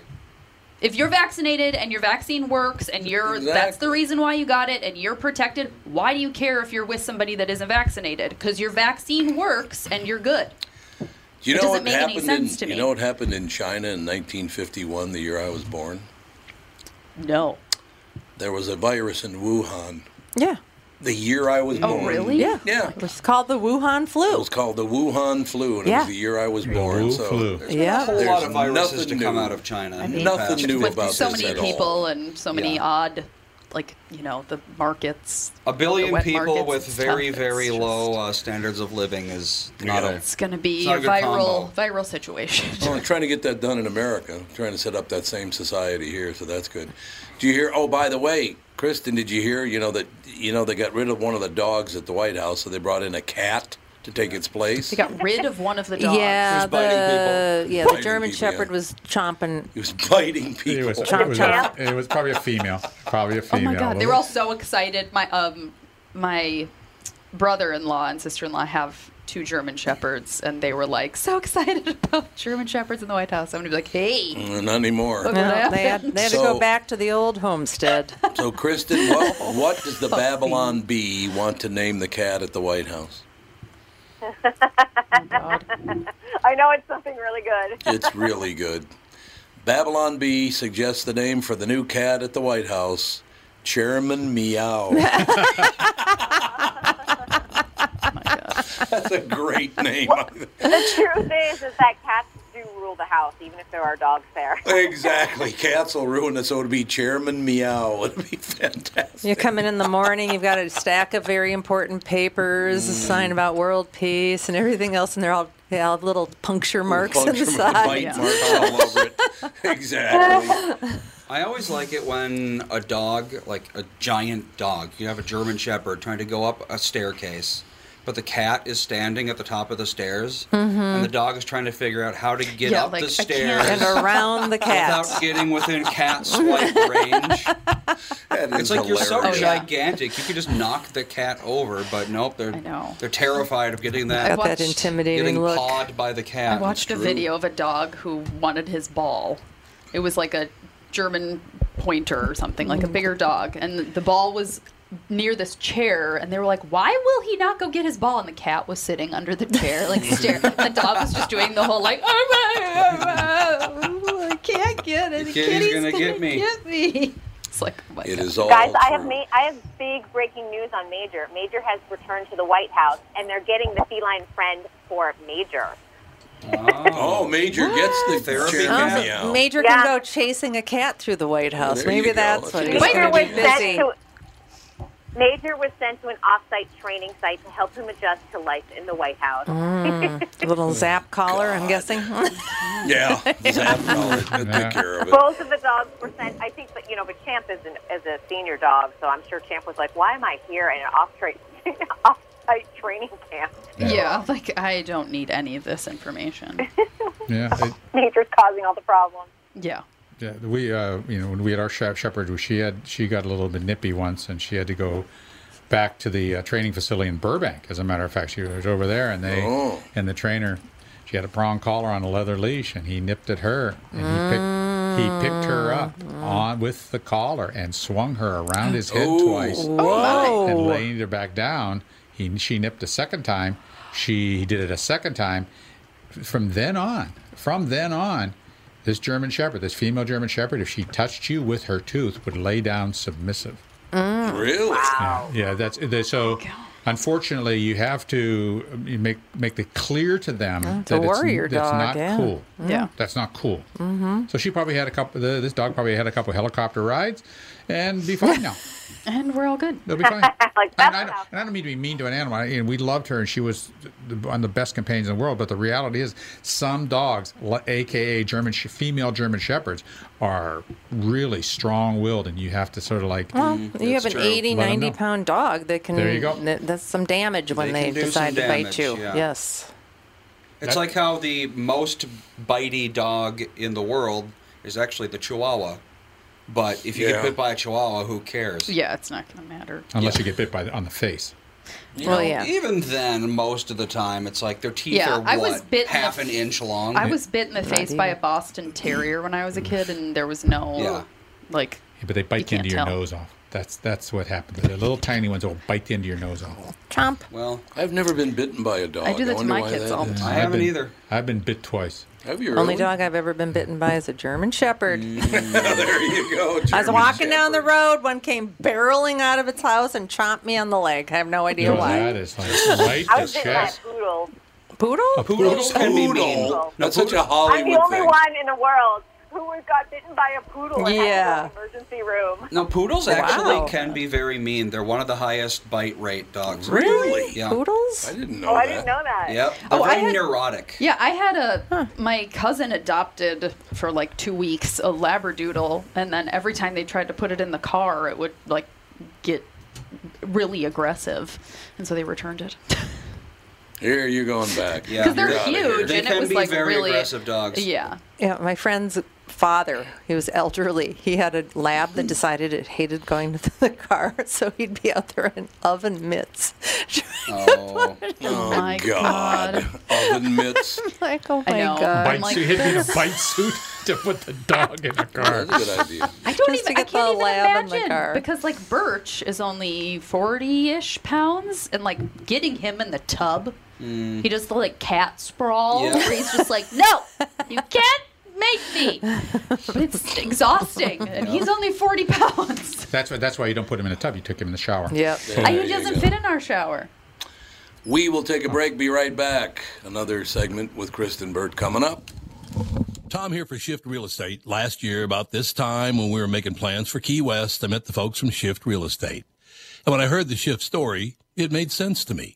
Speaker 3: If you're vaccinated and your vaccine works and you're that's the reason why you got it and you're protected, why do you care if you're with somebody that isn't vaccinated? Cuz your vaccine works and you're good.
Speaker 1: You know
Speaker 3: It doesn't
Speaker 1: what
Speaker 3: make any
Speaker 1: happened in,
Speaker 3: sense to
Speaker 1: You
Speaker 3: me.
Speaker 1: know what happened in China in 1951, the year I was born?
Speaker 3: No.
Speaker 1: There was a virus in Wuhan.
Speaker 4: Yeah.
Speaker 1: The year I was born.
Speaker 4: Yeah.
Speaker 1: Yeah.
Speaker 4: It was called the Wuhan
Speaker 1: It
Speaker 4: flu.
Speaker 1: was called the Wuhan flu, and it
Speaker 4: Yeah.
Speaker 1: was the year I was born.
Speaker 9: Wu
Speaker 1: So
Speaker 9: flu.
Speaker 1: there's
Speaker 4: Yeah.
Speaker 11: There's a whole lot of viruses
Speaker 1: nothing
Speaker 11: to come
Speaker 1: new.
Speaker 11: out of China.
Speaker 1: I mean, Nothing new
Speaker 3: with
Speaker 1: about
Speaker 3: so
Speaker 1: this
Speaker 3: many
Speaker 1: at all.
Speaker 3: people and so many odd like, you know, the markets.
Speaker 11: A billion
Speaker 3: the wet
Speaker 11: people
Speaker 3: markets,
Speaker 11: with
Speaker 3: it's
Speaker 11: very,
Speaker 3: tough.
Speaker 11: very low uh, standards of living is not a.
Speaker 3: It's going to be
Speaker 11: it's
Speaker 3: a
Speaker 11: not good
Speaker 3: viral
Speaker 11: combo. Oh,
Speaker 3: viral situation.
Speaker 1: Well, Oh, I'm trying to get that done in America. I'm trying to set up that same society here, so that's good. Do you hear? Oh, by the way, Kristen, did you hear? You know that you know they got rid of one of the dogs at the White House, so they brought in a cat to take its place.
Speaker 3: They got rid of one of the dogs.
Speaker 4: Yeah, Uh, the yeah the
Speaker 1: Biting
Speaker 4: German
Speaker 1: people, yeah.
Speaker 4: Shepherd was chomping.
Speaker 1: He was biting people.
Speaker 10: It was,
Speaker 4: Chomp,
Speaker 10: it was a- it was probably a female. Probably a
Speaker 3: Oh
Speaker 10: female.
Speaker 3: my god,
Speaker 10: wasn't
Speaker 3: they were
Speaker 10: it?
Speaker 3: all so excited. My um my brother-in-law and sister-in-law have two German shepherds and they were like so excited about German shepherds in the White House. I'm going to be like, "Hey,
Speaker 1: Mm, Not anymore.
Speaker 4: No, they had, they had to go
Speaker 1: So-
Speaker 4: back to the old homestead.
Speaker 1: So, Kristen, what, what does the Babylon Bee want to name the cat at the White House?
Speaker 5: I know it's something really good.
Speaker 1: It's really good. Babylon Bee suggests the name for the new cat at the White House, Chairman Meow. That's a great name.
Speaker 5: the truth is, is that cats do rule the house, even if there are dogs there.
Speaker 1: exactly. Cats will ruin it, so it'd be Chairman Meow. It'd be fantastic.
Speaker 4: You come in in the morning, you've got a stack of very important papers, a
Speaker 11: Mm.
Speaker 4: sign about world peace and everything else, and they're all they all have little puncture marks on the
Speaker 11: puncture mark-
Speaker 4: side.
Speaker 11: bite Yeah. marks.
Speaker 1: All over it. Exactly.
Speaker 11: I always like it when a dog, like a giant dog, you have a German Shepherd trying to go up a staircase, but the cat is standing at the top of the stairs, and the dog is trying to figure out how to get
Speaker 4: Mm-hmm. Yeah,
Speaker 11: up
Speaker 4: like, I
Speaker 11: the
Speaker 4: can't-
Speaker 11: stairs
Speaker 4: And around the cat.
Speaker 11: without getting within cat's like range.
Speaker 1: is
Speaker 11: it's like you're so
Speaker 1: hilarious. Oh, yeah.
Speaker 11: gigantic, you could just knock the cat over, but nope, they're they're terrified of getting that
Speaker 4: Got that intimidating
Speaker 11: getting
Speaker 4: look.
Speaker 11: pawed by the cat.
Speaker 3: I watched a
Speaker 11: It's true.
Speaker 3: video of a dog who wanted his ball. It was like a German pointer or something, like a bigger dog. And the ball was near this chair. And they were like, why will he not go get his ball? And the cat was sitting under the chair, like staring. the dog was just doing the whole, like, "Oh, I can't get it.
Speaker 11: The kitty's gonna get me."
Speaker 3: get me. It's like, oh my
Speaker 1: It
Speaker 3: God.
Speaker 1: is all.
Speaker 5: Guys, I have ma- I have big breaking news on Major. Major has returned to the White House, and they're getting the feline friend for Major.
Speaker 1: Oh, Major gets the therapy.
Speaker 4: Oh,
Speaker 1: Meow.
Speaker 4: Major can go chasing a cat through the White House.
Speaker 1: there you
Speaker 4: Maybe
Speaker 1: go.
Speaker 4: that's what he's
Speaker 5: Major
Speaker 4: going
Speaker 5: was
Speaker 4: to be busy.
Speaker 5: sent to Major was sent to an off-site training site to help him adjust to life in the White House.
Speaker 4: Mm, a little zap collar, I'm guessing.
Speaker 1: Yeah, zap collar. Take care of it.
Speaker 5: Both of the dogs were sent. I think, but you know, but Champ is an, is a senior dog, so I'm sure Champ was like, "Why am I here in an off-site off-site training camp?"
Speaker 3: Yeah, like, I don't need any of this information.
Speaker 10: Yeah. it-
Speaker 5: Major's causing all the problems.
Speaker 3: Yeah.
Speaker 10: Yeah, we uh, you know when we had our shep- shepherd, she had she got a little bit nippy once, and she had to go back to the uh, training facility in Burbank. As a matter of fact, she was over there, and they
Speaker 1: Oh.
Speaker 10: and the trainer, she had a prong collar on a leather leash, and he nipped at her, and he picked he picked her up on with the collar and swung her around his head
Speaker 1: Ooh.
Speaker 10: twice,
Speaker 4: Whoa.
Speaker 10: and laying her back down. He she nipped a second time. She did it a second time, from then on, from then on, this German Shepherd, this female German Shepherd, if she touched you with her tooth, would lay down submissive.
Speaker 1: Really?
Speaker 4: Oh
Speaker 10: Yeah, that's they- so. Unfortunately, you have to um, you make make it clear to them
Speaker 4: Yeah, it's a
Speaker 10: that
Speaker 4: warrior
Speaker 10: it's, that's
Speaker 4: dog,
Speaker 10: not
Speaker 4: yeah. Mm.
Speaker 10: cool.
Speaker 4: Yeah.
Speaker 10: that's not cool.
Speaker 4: Mm-hmm.
Speaker 10: So she probably had a couple. The, this dog probably had a couple helicopter rides, and be fine now.
Speaker 3: And we're all good.
Speaker 10: They'll be fine. and, I don't, and I don't mean to be mean to an animal. I, and we loved her, and she was th- one of the best companions in the world. But the reality is, some dogs, l- aka German sh- female German shepherds, are really strong-willed, and you have to sort of like
Speaker 4: Well, you have an eighty,
Speaker 10: Mm, Let 'em
Speaker 4: ninety
Speaker 10: know.
Speaker 4: pound dog that can.
Speaker 10: There you go.
Speaker 4: That, that's some damage when
Speaker 11: They
Speaker 4: they,
Speaker 11: can do
Speaker 4: decide to
Speaker 11: some
Speaker 4: bite
Speaker 11: damage,
Speaker 4: you.
Speaker 11: yeah.
Speaker 4: Yes.
Speaker 11: It's like how the most bitey dog in the world is actually the Chihuahua. But if you
Speaker 10: Yeah.
Speaker 11: get bit by a Chihuahua, who cares?
Speaker 3: Yeah, it's not going to matter.
Speaker 10: unless you get bit by the, on the face.
Speaker 11: You
Speaker 3: Oh, Well,
Speaker 11: know,
Speaker 3: yeah.
Speaker 11: Even then, most of the time, it's like their teeth
Speaker 3: Yeah,
Speaker 11: are what,
Speaker 3: I was bit in the
Speaker 11: half an inch long.
Speaker 3: I was bit in the face by a Boston Terrier when I was a kid, and there was no
Speaker 10: Yeah.
Speaker 3: like.
Speaker 10: Yeah, but they bite
Speaker 3: You
Speaker 10: into your
Speaker 3: can't tell.
Speaker 10: nose off. That's that's what happened. The little tiny ones will bite into your nose off.
Speaker 4: Chomp.
Speaker 11: Well,
Speaker 8: I've never been bitten by a dog.
Speaker 4: I do that to
Speaker 8: wonder
Speaker 4: my
Speaker 8: why
Speaker 4: kids
Speaker 8: that
Speaker 4: all the
Speaker 8: is.
Speaker 4: time. I
Speaker 10: I've
Speaker 4: haven't
Speaker 10: been-
Speaker 4: either.
Speaker 10: I've been bit twice.
Speaker 8: Have you
Speaker 4: Only dog I've ever been bitten by is a German Shepherd.
Speaker 10: Mm.
Speaker 8: there you go.
Speaker 4: I was
Speaker 8: German
Speaker 4: walking
Speaker 8: Shepherd.
Speaker 4: down the road. One came barreling out of its house and chomped me on the leg. I have no idea
Speaker 10: No,
Speaker 4: why.
Speaker 10: that is like right
Speaker 5: I
Speaker 10: the
Speaker 5: was bitten by a
Speaker 10: chest.
Speaker 5: poodle.
Speaker 4: Poodle?
Speaker 10: A poodle? Poodles can be mean.
Speaker 5: Poodle.
Speaker 10: That's such a
Speaker 5: I'm the
Speaker 10: Hollywood
Speaker 5: only
Speaker 10: thing.
Speaker 5: one in the world who got bitten by a poodle and had to
Speaker 11: Yeah.
Speaker 5: go to the emergency room.
Speaker 11: Now, poodles actually
Speaker 5: Wow.
Speaker 11: can be very mean. They're one of the highest bite rate dogs.
Speaker 3: Really?
Speaker 11: Yeah.
Speaker 4: Poodles?
Speaker 11: I
Speaker 8: didn't
Speaker 5: know Oh, I that. didn't know that.
Speaker 11: Yep. They're
Speaker 3: Oh, I
Speaker 11: very
Speaker 3: had-
Speaker 11: neurotic.
Speaker 3: Yeah, I had a my cousin adopted for like two weeks a labradoodle, and then every time they tried to put it in the car, it would like get really aggressive, and so they returned it.
Speaker 8: Here you're going back.
Speaker 11: Yeah. 'Cause
Speaker 3: they're
Speaker 8: You're outta here.
Speaker 3: huge, They and it can was, be like, very really- aggressive
Speaker 11: dogs.
Speaker 3: Yeah.
Speaker 4: Yeah, my friend's father, he was elderly. He had a lab that decided it hated going to the car, so he'd be out there in oven mitts.
Speaker 11: Oh,
Speaker 8: oh
Speaker 4: Mm. my
Speaker 8: God. Oven mitts.
Speaker 4: like, oh
Speaker 3: I
Speaker 4: my
Speaker 3: know.
Speaker 4: god!
Speaker 10: Bite
Speaker 3: like,
Speaker 10: suit. He'd need
Speaker 3: this-
Speaker 10: a bite suit to put the dog in a car.
Speaker 8: That's a good idea.
Speaker 3: I don't
Speaker 4: Just to
Speaker 3: even. I
Speaker 4: get the
Speaker 3: can't even
Speaker 4: lab in the
Speaker 3: imagine
Speaker 4: car.
Speaker 3: because like Birch is only forty-ish pounds, and like getting him in the tub,
Speaker 8: Mm.
Speaker 3: he just like cat sprawl.
Speaker 11: Yeah.
Speaker 3: Where he's just like, no, you can't make me. But it's exhausting, and he's only forty pounds.
Speaker 10: That's why. That's why you don't put him in a tub. You took him in the shower.
Speaker 3: Yep.
Speaker 10: So-
Speaker 3: And he doesn't fit in our shower.
Speaker 8: We will take a break. Be right back. Another segment with Kristen Bird coming up.
Speaker 1: Tom here for Shift Real Estate. Last year, about this time when we were making plans for Key West, I met the folks from Shift Real Estate. And when I heard the Shift story, it made sense to me.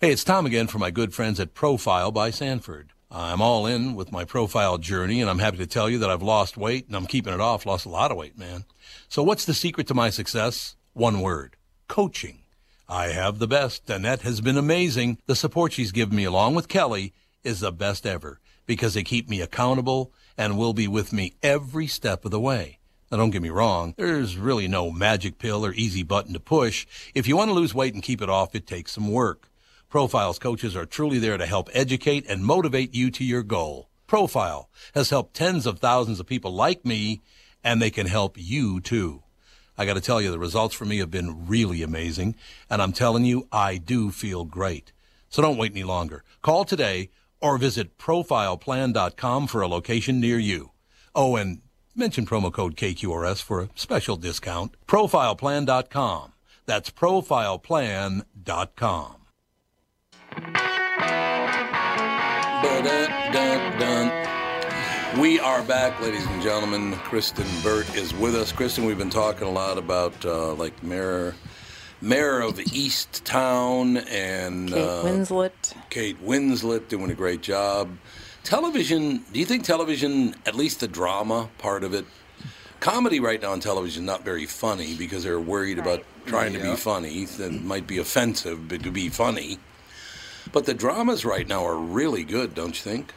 Speaker 1: Hey, it's Tom again for my good friends at Profile by Sanford. I'm all in with my profile journey, and I'm happy to tell you that I've lost weight and I'm keeping it off. Lost a lot of weight, man. So, what's the secret to my success? One word coaching. I have the best. Annette has been amazing. The support she's given me, along with Kelly, is the best ever because they keep me accountable and will be with me every step of the way. Now, don't get me wrong, there's really no magic pill or easy button to push. If you want to lose weight and keep it off, it takes some work. Profile's coaches are truly there to help educate and motivate you to your goal. Profile has helped tens of thousands of people like me, and they can help you too. I got to tell you, the results for me have been really amazing, and I'm telling you, I do feel great. So don't wait any longer. Call today or visit profileplan.com for a location near you. Oh, and
Speaker 6: Mention promo code KQRS for a special discount. Profileplan.com. That's profileplan.com.
Speaker 1: Dun, dun. We are back, ladies and gentlemen. Kristen Burt is with us. Kristen, we've been talking a lot about uh, like mayor, mayor of the East Town, and
Speaker 4: Kate
Speaker 1: uh,
Speaker 4: Winslet.
Speaker 1: Kate Winslet doing a great job. Television. Do you think television, at least the drama part of it, comedy right now on television, is not very funny because they're worried about trying to
Speaker 9: Yeah.
Speaker 1: be funny. That might be offensive, but to be funny. But the dramas right now are really good, don't you think?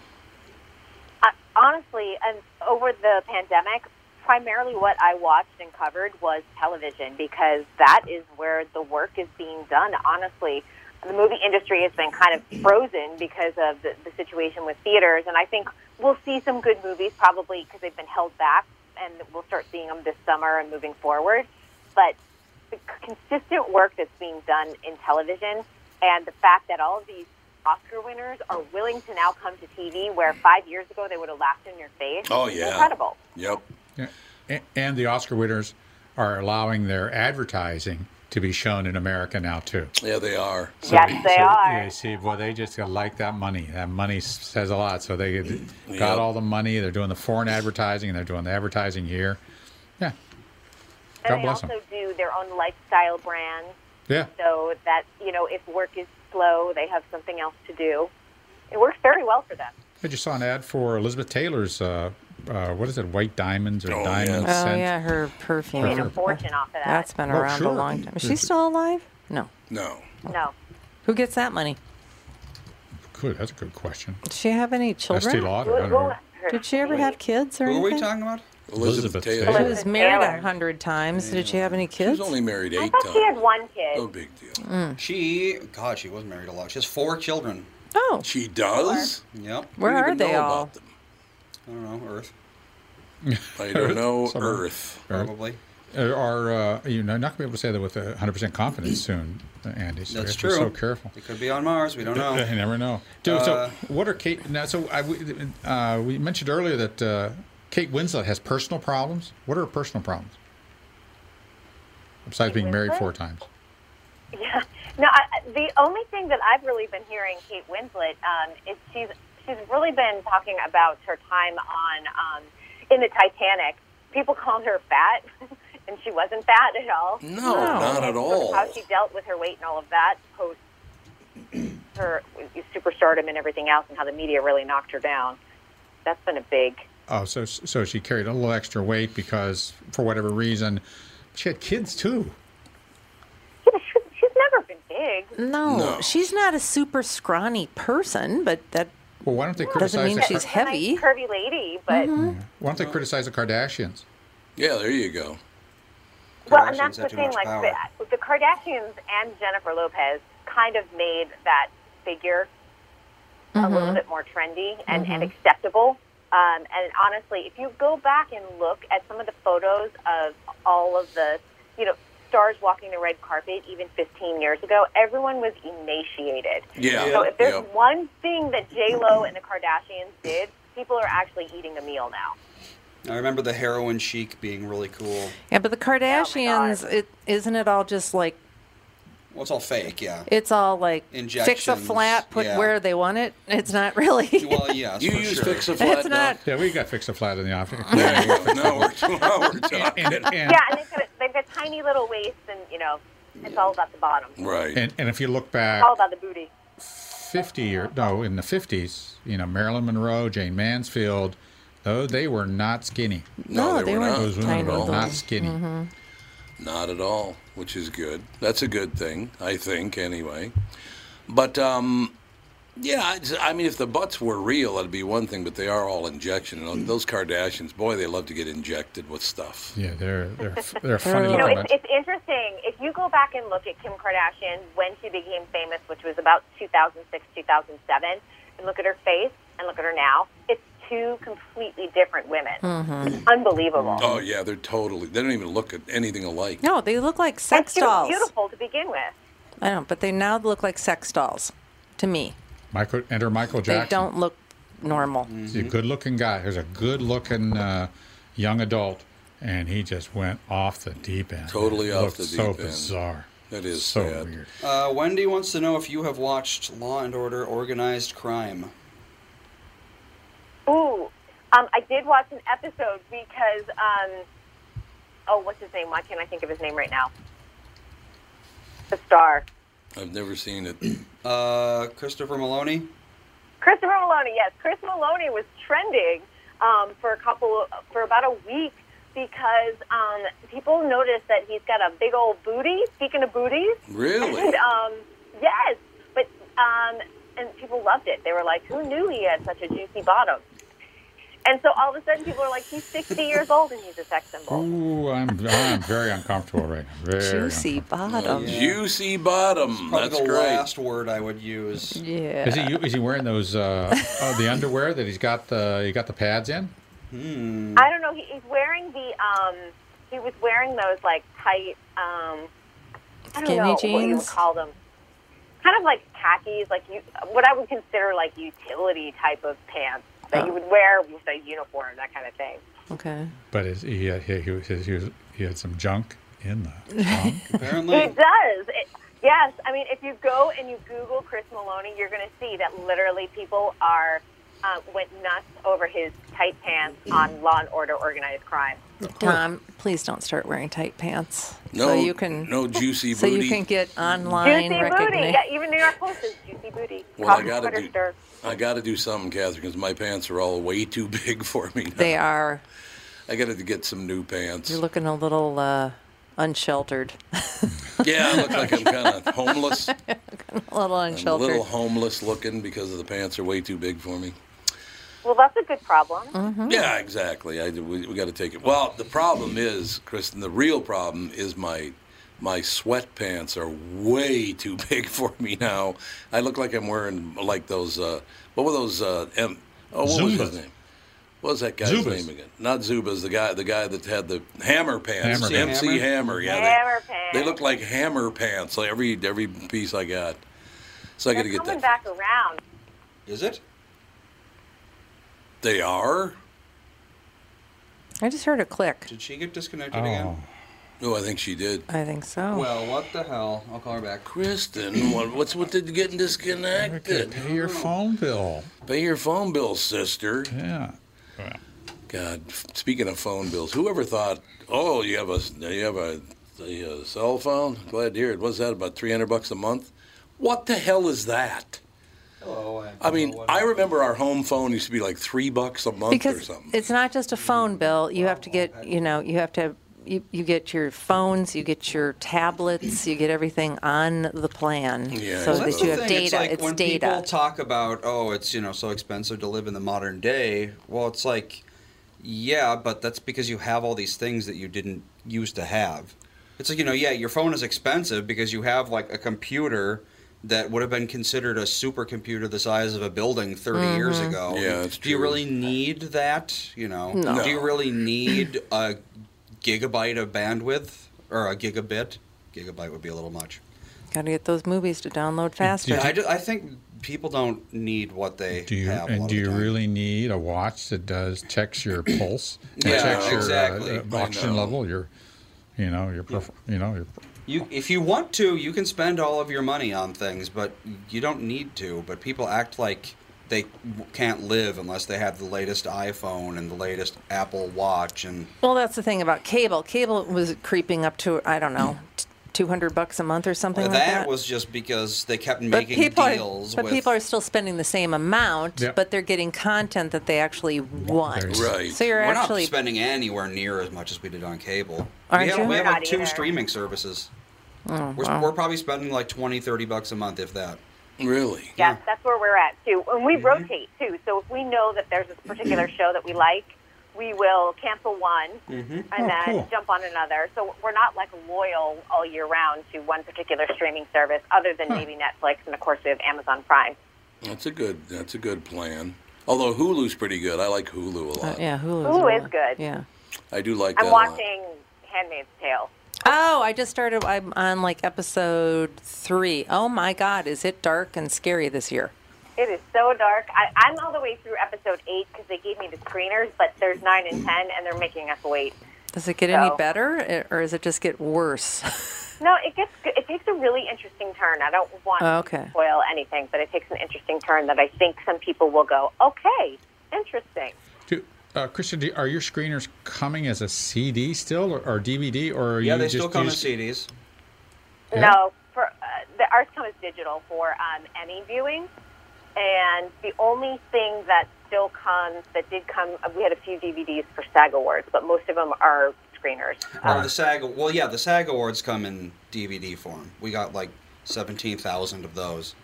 Speaker 5: Uh, honestly, and over the pandemic, primarily what I watched and covered was television because that is where the work is being done. Honestly, the movie industry has been kind of frozen because of the, the situation with theaters, and I think we'll see some good movies probably because they've been held back, and we'll start seeing them this summer and moving forward. But the c- consistent work that's being done in television and the fact that all of these Oscar winners are willing to now come to TV where five years ago they would have laughed in your face.
Speaker 10: Oh,
Speaker 5: It's
Speaker 10: yeah.
Speaker 5: incredible.
Speaker 1: Yep.
Speaker 10: Yeah. A- And the Oscar winners are allowing their advertising to be shown in America now too.
Speaker 1: Yeah, they are.
Speaker 5: Yes, they are.
Speaker 10: You see, well, they just gonna like that money. That money s- says a lot. So they got all the money. They're doing the foreign advertising and they're doing the advertising here. Yeah.
Speaker 5: And
Speaker 10: God
Speaker 5: they
Speaker 10: bless
Speaker 5: also
Speaker 10: 'em.
Speaker 5: do their own lifestyle brands
Speaker 10: Yeah.
Speaker 5: so that, you know, if work is slow, they have something else to do. It works very well for them.
Speaker 10: I just saw an ad for Elizabeth Taylor's. Uh, uh, what is it? White diamonds or
Speaker 4: Oh,
Speaker 10: diamond
Speaker 4: yeah. Oh,
Speaker 10: scent?
Speaker 4: yeah, her perfume. She made a fortune
Speaker 5: off of that.
Speaker 4: That's been
Speaker 10: Oh,
Speaker 4: around
Speaker 10: sure.
Speaker 4: a long time. Is she still alive? No.
Speaker 1: No.
Speaker 5: No.
Speaker 4: Who gets that money?
Speaker 10: Good. That's a good question.
Speaker 4: Does she have any children?
Speaker 10: Lauder, I don't know.
Speaker 4: Did she ever have kids or
Speaker 11: Who are
Speaker 4: anything?
Speaker 11: we talking about?
Speaker 1: Elizabeth, Taylor.
Speaker 4: She was married a hundred times. Did she have any kids?
Speaker 1: She was only married eight
Speaker 5: But she had one kid.
Speaker 1: No big deal.
Speaker 4: Mm.
Speaker 11: She, God, she was married a lot. She has four children.
Speaker 4: Oh.
Speaker 1: She does?
Speaker 11: Yep.
Speaker 4: Where
Speaker 11: We don't
Speaker 4: are
Speaker 11: even
Speaker 4: they
Speaker 11: know
Speaker 4: all?
Speaker 11: about them. I don't know. Earth.
Speaker 1: I don't know.
Speaker 10: Somewhere.
Speaker 1: Earth.
Speaker 11: Probably.
Speaker 10: Uh, Are uh, you know not going to be able to say that with hundred percent confidence soon, Andy? So
Speaker 11: That's
Speaker 10: you have to
Speaker 11: true.
Speaker 10: Be so careful.
Speaker 11: It could be on Mars. We don't know.
Speaker 10: You never know. Dude,
Speaker 11: Uh,
Speaker 10: so what are Kate? Now, so I, we- uh, we mentioned earlier that uh, Kate Winslet has personal problems. What are her personal problems? Besides being married
Speaker 5: Winslet?
Speaker 10: four times.
Speaker 5: Yeah. No, I, I- the only thing that I've really been hearing Kate Winslet um, is she's she's really been talking about her time on um, in the Titanic. People called her fat, and she wasn't fat at all.
Speaker 1: No, No. not at
Speaker 5: And sort of
Speaker 1: all.
Speaker 5: How she dealt with her weight and all of that post her superstardom and everything else, and how the media really knocked her down. That's been a big
Speaker 10: Oh, so so she carried a little extra weight because for whatever reason, she had kids too.
Speaker 5: She's never been big.
Speaker 4: No,
Speaker 10: No.
Speaker 4: she's not a super scrawny person, but that
Speaker 10: Well, why don't they
Speaker 4: doesn't
Speaker 10: criticize?
Speaker 4: mean
Speaker 10: the
Speaker 4: she's
Speaker 10: Kar-
Speaker 4: heavy.
Speaker 5: curvy lady, but
Speaker 10: Why don't they criticize the Kardashians?
Speaker 1: Yeah, there you go.
Speaker 5: Well, and that's the thing. Like the, the Kardashians and Jennifer Lopez kind of made that figure a
Speaker 2: Mm-hmm.
Speaker 5: little bit more trendy and, and
Speaker 8: Mhm.
Speaker 5: acceptable. Um, and honestly, if you go back and look at some of the photos of all of the, you know, stars walking the red carpet, even 15 years ago, everyone was emaciated.
Speaker 8: Yeah,
Speaker 5: So if there's
Speaker 8: yeah.
Speaker 5: one thing that J Lo and the Kardashians did, people are actually eating a meal now.
Speaker 11: I remember the heroin chic being really cool.
Speaker 4: Yeah, but the Kardashians,
Speaker 5: Oh
Speaker 4: it isn't it all just like
Speaker 11: Well, it's all fake, yeah.
Speaker 4: it's all like fix a
Speaker 11: Injections,
Speaker 4: flat, put
Speaker 11: yeah.
Speaker 4: where they want it. It's not really.
Speaker 11: Well, yes,
Speaker 10: You
Speaker 11: for
Speaker 10: use
Speaker 11: sure.
Speaker 10: fix
Speaker 4: a flat It's now. not-
Speaker 10: Yeah, we got fix a flat in the office.
Speaker 1: no, we're,
Speaker 5: yeah, and they've got, they've got tiny little waists, and you know, it's all about the bottom.
Speaker 1: Right.
Speaker 10: And, and if you look
Speaker 5: It's
Speaker 10: back
Speaker 5: all about the booty.
Speaker 10: 50 or no, in the 50s, you know, Marilyn Monroe, Jane Mansfield, though they were not skinny.
Speaker 1: No, No, they they were were not.
Speaker 10: Those women
Speaker 1: tiny
Speaker 10: were not
Speaker 1: little.
Speaker 10: skinny.
Speaker 4: Mm.
Speaker 8: Mm-hmm.
Speaker 1: Not at all, which is good. That's a good thing, I think, anyway. But, um, yeah, it's- I mean, if the butts were real, that'd be one thing, but they are all injection. And those Kardashians, boy, they love to get injected with stuff.
Speaker 10: Yeah, they're they're they're funny
Speaker 5: You know,
Speaker 10: looking.
Speaker 5: it's,
Speaker 10: bunch.
Speaker 5: it's interesting. If you go back and look at Kim Kardashian when she became famous, which was about 2006, 2007, and look at her face and look at her now, it's two completely different women. It's unbelievable.
Speaker 1: Oh, yeah, they're totally, they don't even look at anything alike.
Speaker 4: No, they look like sex
Speaker 5: and she was
Speaker 4: dolls.
Speaker 5: beautiful to begin with.
Speaker 4: I know, but they now look like sex dolls to me.
Speaker 10: Michael enter Michael
Speaker 4: They
Speaker 10: Jackson.
Speaker 1: Mm-hmm.
Speaker 4: don't look normal.
Speaker 10: He's a good-looking guy. Here's a good-looking uh, young adult, and he just went off the deep end.
Speaker 1: Totally
Speaker 10: It
Speaker 1: off
Speaker 10: looked
Speaker 1: the
Speaker 10: so
Speaker 1: deep end.
Speaker 10: bizarre.
Speaker 1: That is
Speaker 10: so
Speaker 1: sad.
Speaker 10: weird.
Speaker 11: Uh, Wendy wants to know if you have watched Law and Order: Organized Crime.
Speaker 5: Ooh, um, I did watch an episode because, um, oh, what's his name? Why can't I think of his name right now? The star.
Speaker 1: I've never seen it.
Speaker 11: Uh, Christopher Maloney.
Speaker 5: Christopher Maloney, yes. Chris Maloney was trending um, for a couple, for about a week because um, people noticed that he's got a big old booty. Speaking of booties,
Speaker 1: Really?
Speaker 5: And, um, yes, but um, and people loved it. They were like, "Who knew he had such a juicy bottom?" And so all of a sudden, people are like, "He's 60 years old and he's a sex symbol."
Speaker 10: Ooh, I'm I'm very uncomfortable right now. Very
Speaker 4: Juicy bottom.
Speaker 1: Oh, Juicy bottom.
Speaker 11: Probably
Speaker 1: That's
Speaker 11: the
Speaker 1: great.
Speaker 11: last word I would use.
Speaker 4: Yeah.
Speaker 10: Is he is he wearing those uh, oh, the underwear that he's got the he got the pads in?
Speaker 1: Hmm.
Speaker 5: I don't know. He, he's wearing the um, he was wearing those like tight um, I don't
Speaker 4: Skinny
Speaker 5: know what you would
Speaker 4: jeans?
Speaker 5: call them. Kind of like khakis, like you, what I would consider like utility type of pants
Speaker 4: Oh.
Speaker 5: that you would wear with a uniform, that kind of thing.
Speaker 4: Okay.
Speaker 10: But is, he, uh, he, he, was- he, was- he had some junk in the
Speaker 5: It does. It, yes, I mean, if you go and you Google Chris Maloney, you're going to see that literally people are uh, went nuts over his tight pants on Law and Order: Organized Crime.
Speaker 4: Tom, please don't start wearing tight pants.
Speaker 1: No,
Speaker 4: so you can
Speaker 1: no juicy
Speaker 4: so
Speaker 1: booty.
Speaker 4: you can get online
Speaker 5: juicy booty.
Speaker 4: recognition.
Speaker 5: Yeah, even New York Post is juicy booty.
Speaker 1: Well, I
Speaker 5: Cotton
Speaker 1: gotta
Speaker 5: sweater
Speaker 1: do-
Speaker 5: shirt.
Speaker 1: I got to do something, Catherine, because my pants are all way too big for me. Now.
Speaker 4: They are.
Speaker 1: I got to get some new pants.
Speaker 4: You're looking a little uh, unsheltered.
Speaker 1: Yeah, I look like I'm kind of homeless.
Speaker 4: a little
Speaker 1: I'm a
Speaker 4: unsheltered.
Speaker 1: little homeless looking because the pants are way too big for me.
Speaker 5: Well, that's a good problem.
Speaker 1: Yeah, exactly. I, we we got to take it. Well, the problem is, Kristen, the real problem is my my sweatpants are way too big for me now. I look like I'm wearing like those. Uh, what were those? Uh, M, oh, what was
Speaker 6: Zubas.
Speaker 1: his name? What was that guy's
Speaker 6: Zubas.
Speaker 1: name again? Not Zubas. The guy, the guy that had the hammer pants.
Speaker 10: Hammer
Speaker 1: MC
Speaker 11: pants.
Speaker 1: Hammer. Yeah,
Speaker 5: Hammer
Speaker 1: they,
Speaker 5: pants.
Speaker 1: They look like hammer pants. Like every every piece I got. So I got to
Speaker 5: They're
Speaker 1: get
Speaker 5: coming
Speaker 1: that.
Speaker 5: back around.
Speaker 11: Is it?
Speaker 1: They are.
Speaker 4: I just heard a click.
Speaker 11: Did she get disconnected again?
Speaker 1: No, Oh. I think she did.
Speaker 4: I think so.
Speaker 11: Well, Oh, what the hell? I'll call her back.
Speaker 1: Kristen, what, what's with the getting disconnected?
Speaker 10: Pay your phone bill.
Speaker 1: Pay your phone bill, sister.
Speaker 10: Yeah.
Speaker 1: God, f- speaking of phone bills, whoever thought, oh, you have a you have a, a, uh, cell phone? Glad to hear it. What's that? About three hundred bucks a month? What the hell is that?
Speaker 11: Hello.
Speaker 1: I mean, I remember our home phone used to be like three bucks a month or
Speaker 4: because
Speaker 1: something.
Speaker 4: it's not just a phone bill. You have to get, you know, you have to, you, you get your phones, you get your tablets, you get everything on the plan
Speaker 1: Yeah,
Speaker 4: Mm-hmm. so
Speaker 1: Well,
Speaker 4: that
Speaker 11: that's
Speaker 4: you
Speaker 11: the
Speaker 4: have
Speaker 11: thing.
Speaker 4: data.
Speaker 11: It's like when people
Speaker 4: data.
Speaker 11: talk about, oh, it's you know so expensive to live in the modern day. Well, it's like, yeah, but that's because you have all these things that you didn't used to have. It's like you know, yeah, your phone is expensive because you have like a computer that would have been considered a supercomputer the size of a building 30 years
Speaker 4: Mm-hmm.
Speaker 11: ago.
Speaker 1: Yeah, that's
Speaker 11: Do you
Speaker 1: true.
Speaker 11: really need that? You know,
Speaker 4: No.
Speaker 11: do you really need a gigabyte of bandwidth or a gigabit? Gigabyte would be a little much.
Speaker 4: Got to get those movies to download faster.
Speaker 11: Yeah, I, ju- I think people don't need what they
Speaker 10: Do you
Speaker 11: have. a lot
Speaker 10: and
Speaker 11: of
Speaker 10: do
Speaker 11: the
Speaker 10: you
Speaker 11: time.
Speaker 10: really need a watch that does checks your pulse and
Speaker 11: Yeah,
Speaker 10: checks your
Speaker 11: exactly.
Speaker 10: uh, uh, oxygen
Speaker 1: know.
Speaker 10: level, your you know your perf- you know your
Speaker 11: You, if you want to, you can spend all of your money on things, but you don't need to. But people act like they w- can't live unless they have the latest iPhone and the latest Apple Watch. And
Speaker 4: Well, that's the thing about cable. Cable was creeping up to I don't know, t- two hundred bucks a month or something
Speaker 11: that,
Speaker 4: like that.
Speaker 11: was just because they kept
Speaker 4: but
Speaker 11: making
Speaker 4: people
Speaker 11: deals.
Speaker 4: are, but
Speaker 11: with,
Speaker 4: people are still spending the same amount,
Speaker 10: Yep.
Speaker 4: but they're getting content that they actually want.
Speaker 1: Right.
Speaker 4: So you're
Speaker 11: We're
Speaker 4: actually
Speaker 11: not spending anywhere near as much as we did on cable.
Speaker 4: Aren't
Speaker 11: we have,
Speaker 4: you? Oh,
Speaker 11: we have
Speaker 5: We're
Speaker 11: like
Speaker 5: not
Speaker 11: two
Speaker 5: either.
Speaker 11: streaming services. we're, s- we're probably spending like 20, 30 bucks a month, if that.
Speaker 1: really?
Speaker 5: Yes, that's where we're at too. And we rotate too. So if we know that there's this particular show that we like, we will cancel one
Speaker 1: Mm-hmm.
Speaker 8: Mm-hmm.
Speaker 5: and uh,
Speaker 10: Oh,
Speaker 5: then
Speaker 10: cool.
Speaker 5: jump on another. So we're not like loyal all year round to one particular streaming service, other than maybe Netflix, and of course we have Amazon Prime.
Speaker 1: That's a good. That's a good plan. Although Hulu's pretty good. I like Hulu a
Speaker 4: Uh,
Speaker 1: lot.
Speaker 4: yeah, Hulu.
Speaker 5: Hulu is good.
Speaker 4: Yeah.
Speaker 1: I do like
Speaker 5: I'm
Speaker 1: that a lot.
Speaker 5: watching Handmaid's Tale.
Speaker 4: Oh, I just started. I'm on like episode three. Oh my God, is it dark and scary this year?
Speaker 5: It is so dark. I, I'm all the way through episode eight because they gave me the screeners, but there's nine and ten, and they're making us wait.
Speaker 4: Does it get
Speaker 5: So-
Speaker 4: any better, eh, or does it just get worse?
Speaker 5: No, it gets good. it takes a really interesting turn. I don't want
Speaker 4: Okay.
Speaker 5: to spoil anything, but it takes an interesting turn that I think some people will go, okay, interesting.
Speaker 10: Do, uh, Christian, do, are your screeners coming as a CD still, or, or DVD, or are
Speaker 11: yeah,
Speaker 10: you
Speaker 11: they
Speaker 10: just
Speaker 11: still come in
Speaker 10: use-
Speaker 11: CDs.
Speaker 10: Yeah.
Speaker 5: No, for uh, the ours comes digital for um, any viewing, and the only thing that still comes that did come, uh, we had a few DVDs for SAG Awards, but most of them are screeners.
Speaker 11: Or Oh, the SAG. Well, yeah, the SAG awards come in DVD form. We got like seventeen thousand of those.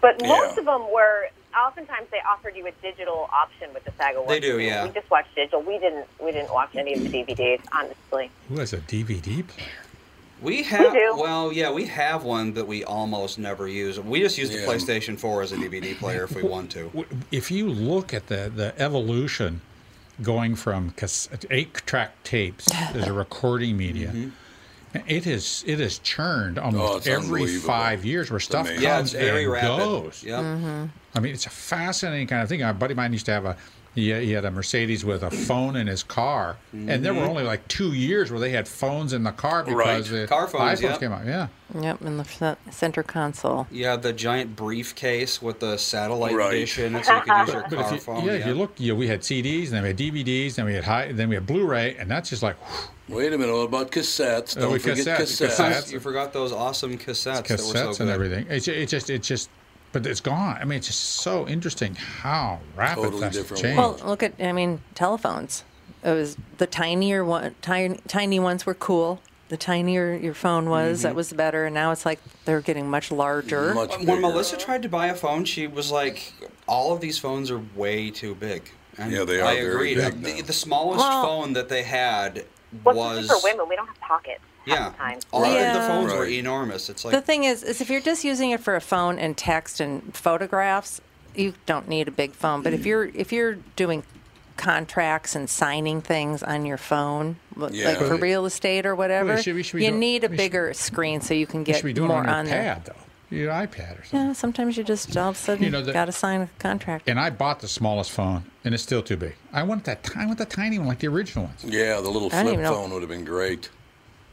Speaker 5: But
Speaker 11: Yeah.
Speaker 5: most of them were. Oftentimes, they offered you a digital option with the SAG Awards.
Speaker 11: They do, yeah.
Speaker 5: We just watched digital. We didn't. We didn't watch any of the DVDs, honestly.
Speaker 10: Who has a DVD player?
Speaker 11: We have. Well, yeah, we have one that we almost never use. We just use the PlayStation Four as a DVD player if we want to.
Speaker 10: If you look at the, the evolution going from cas- eight track tapes as a recording media, it is it has churned almost
Speaker 11: Mm-hmm. Oh, it's
Speaker 10: every
Speaker 11: unbelievable.
Speaker 10: five years where stuff comes
Speaker 11: Yeah, it's very
Speaker 10: and
Speaker 11: rapid.
Speaker 10: goes.
Speaker 11: Yep.
Speaker 10: I mean, it's a fascinating kind of thing. A buddy of mine used to have a he, he had a Mercedes with a phone in his car, and there were
Speaker 4: Mhm.
Speaker 10: only like two years where they had phones in the car because
Speaker 11: Mm-hmm. Right.
Speaker 10: the
Speaker 11: Car phones,
Speaker 10: iPhones
Speaker 11: yep.
Speaker 10: came out. Yeah,
Speaker 4: Yep, in the cen- center console.
Speaker 11: Yeah, the giant briefcase with the satellite
Speaker 10: Right.
Speaker 11: dish in it, so you can use your
Speaker 10: But if
Speaker 11: car
Speaker 10: you-
Speaker 11: phone.
Speaker 10: yeah, if you look, yeah, we had CDs, then we had DVDs, then we had high, then we had Blu-ray, and that's just like whew,
Speaker 1: Wait a minute. What about cassettes?
Speaker 10: Oh,
Speaker 1: Don't
Speaker 10: with
Speaker 1: forget
Speaker 10: cassettes,
Speaker 1: cassettes.
Speaker 10: cassettes.
Speaker 11: You forgot those awesome cassettes, that were
Speaker 10: cassettes
Speaker 11: so
Speaker 10: and
Speaker 11: good.
Speaker 10: everything. It's it's just it's just, but it's gone. I mean, it's just so interesting how rapid
Speaker 1: Totally
Speaker 10: that's
Speaker 1: different
Speaker 10: changed.
Speaker 4: Well, look at I mean telephones. It was the tinier one, tiny, tiny ones were cool. The tinier your phone was,
Speaker 11: Mhm.
Speaker 4: that was better. And now it's like they're getting much larger.
Speaker 11: when Melissa tried to buy a phone, she was like, "All of these phones are way too big." And
Speaker 1: Yeah, they are
Speaker 11: I
Speaker 1: very
Speaker 11: agreed.
Speaker 1: big
Speaker 11: the, the smallest
Speaker 5: Well-
Speaker 11: phone that they had
Speaker 5: Well,
Speaker 11: was
Speaker 5: for women, we don't have pockets.
Speaker 11: yeah.
Speaker 5: sometimes.
Speaker 11: All of the
Speaker 4: Yeah.
Speaker 11: phones were
Speaker 4: Right.
Speaker 11: enormous. It's
Speaker 4: the
Speaker 11: like
Speaker 4: thing is, is if you're just using it for a phone and text and photographs, you don't need a big phone. But if you're if you're doing contracts and signing things on your phone, li-
Speaker 10: Yeah.
Speaker 4: like for real estate or whatever,
Speaker 10: Well, we should- we should be
Speaker 4: you
Speaker 10: doing-
Speaker 4: need a
Speaker 10: we should-
Speaker 4: bigger screen so you can
Speaker 10: you
Speaker 4: get
Speaker 10: should be doing
Speaker 4: more
Speaker 10: it on your
Speaker 4: there.
Speaker 10: pad though, your iPad or something.
Speaker 4: Yeah, sometimes you just all of a sudden
Speaker 10: You know, the-
Speaker 4: got to sign a contract.
Speaker 10: And I bought the smallest phone, and it's still too big. I want that. ti- I want the tiny one, like the original ones.
Speaker 1: Yeah, the little
Speaker 4: I don't
Speaker 1: flip
Speaker 4: even know.
Speaker 1: phone would have been great.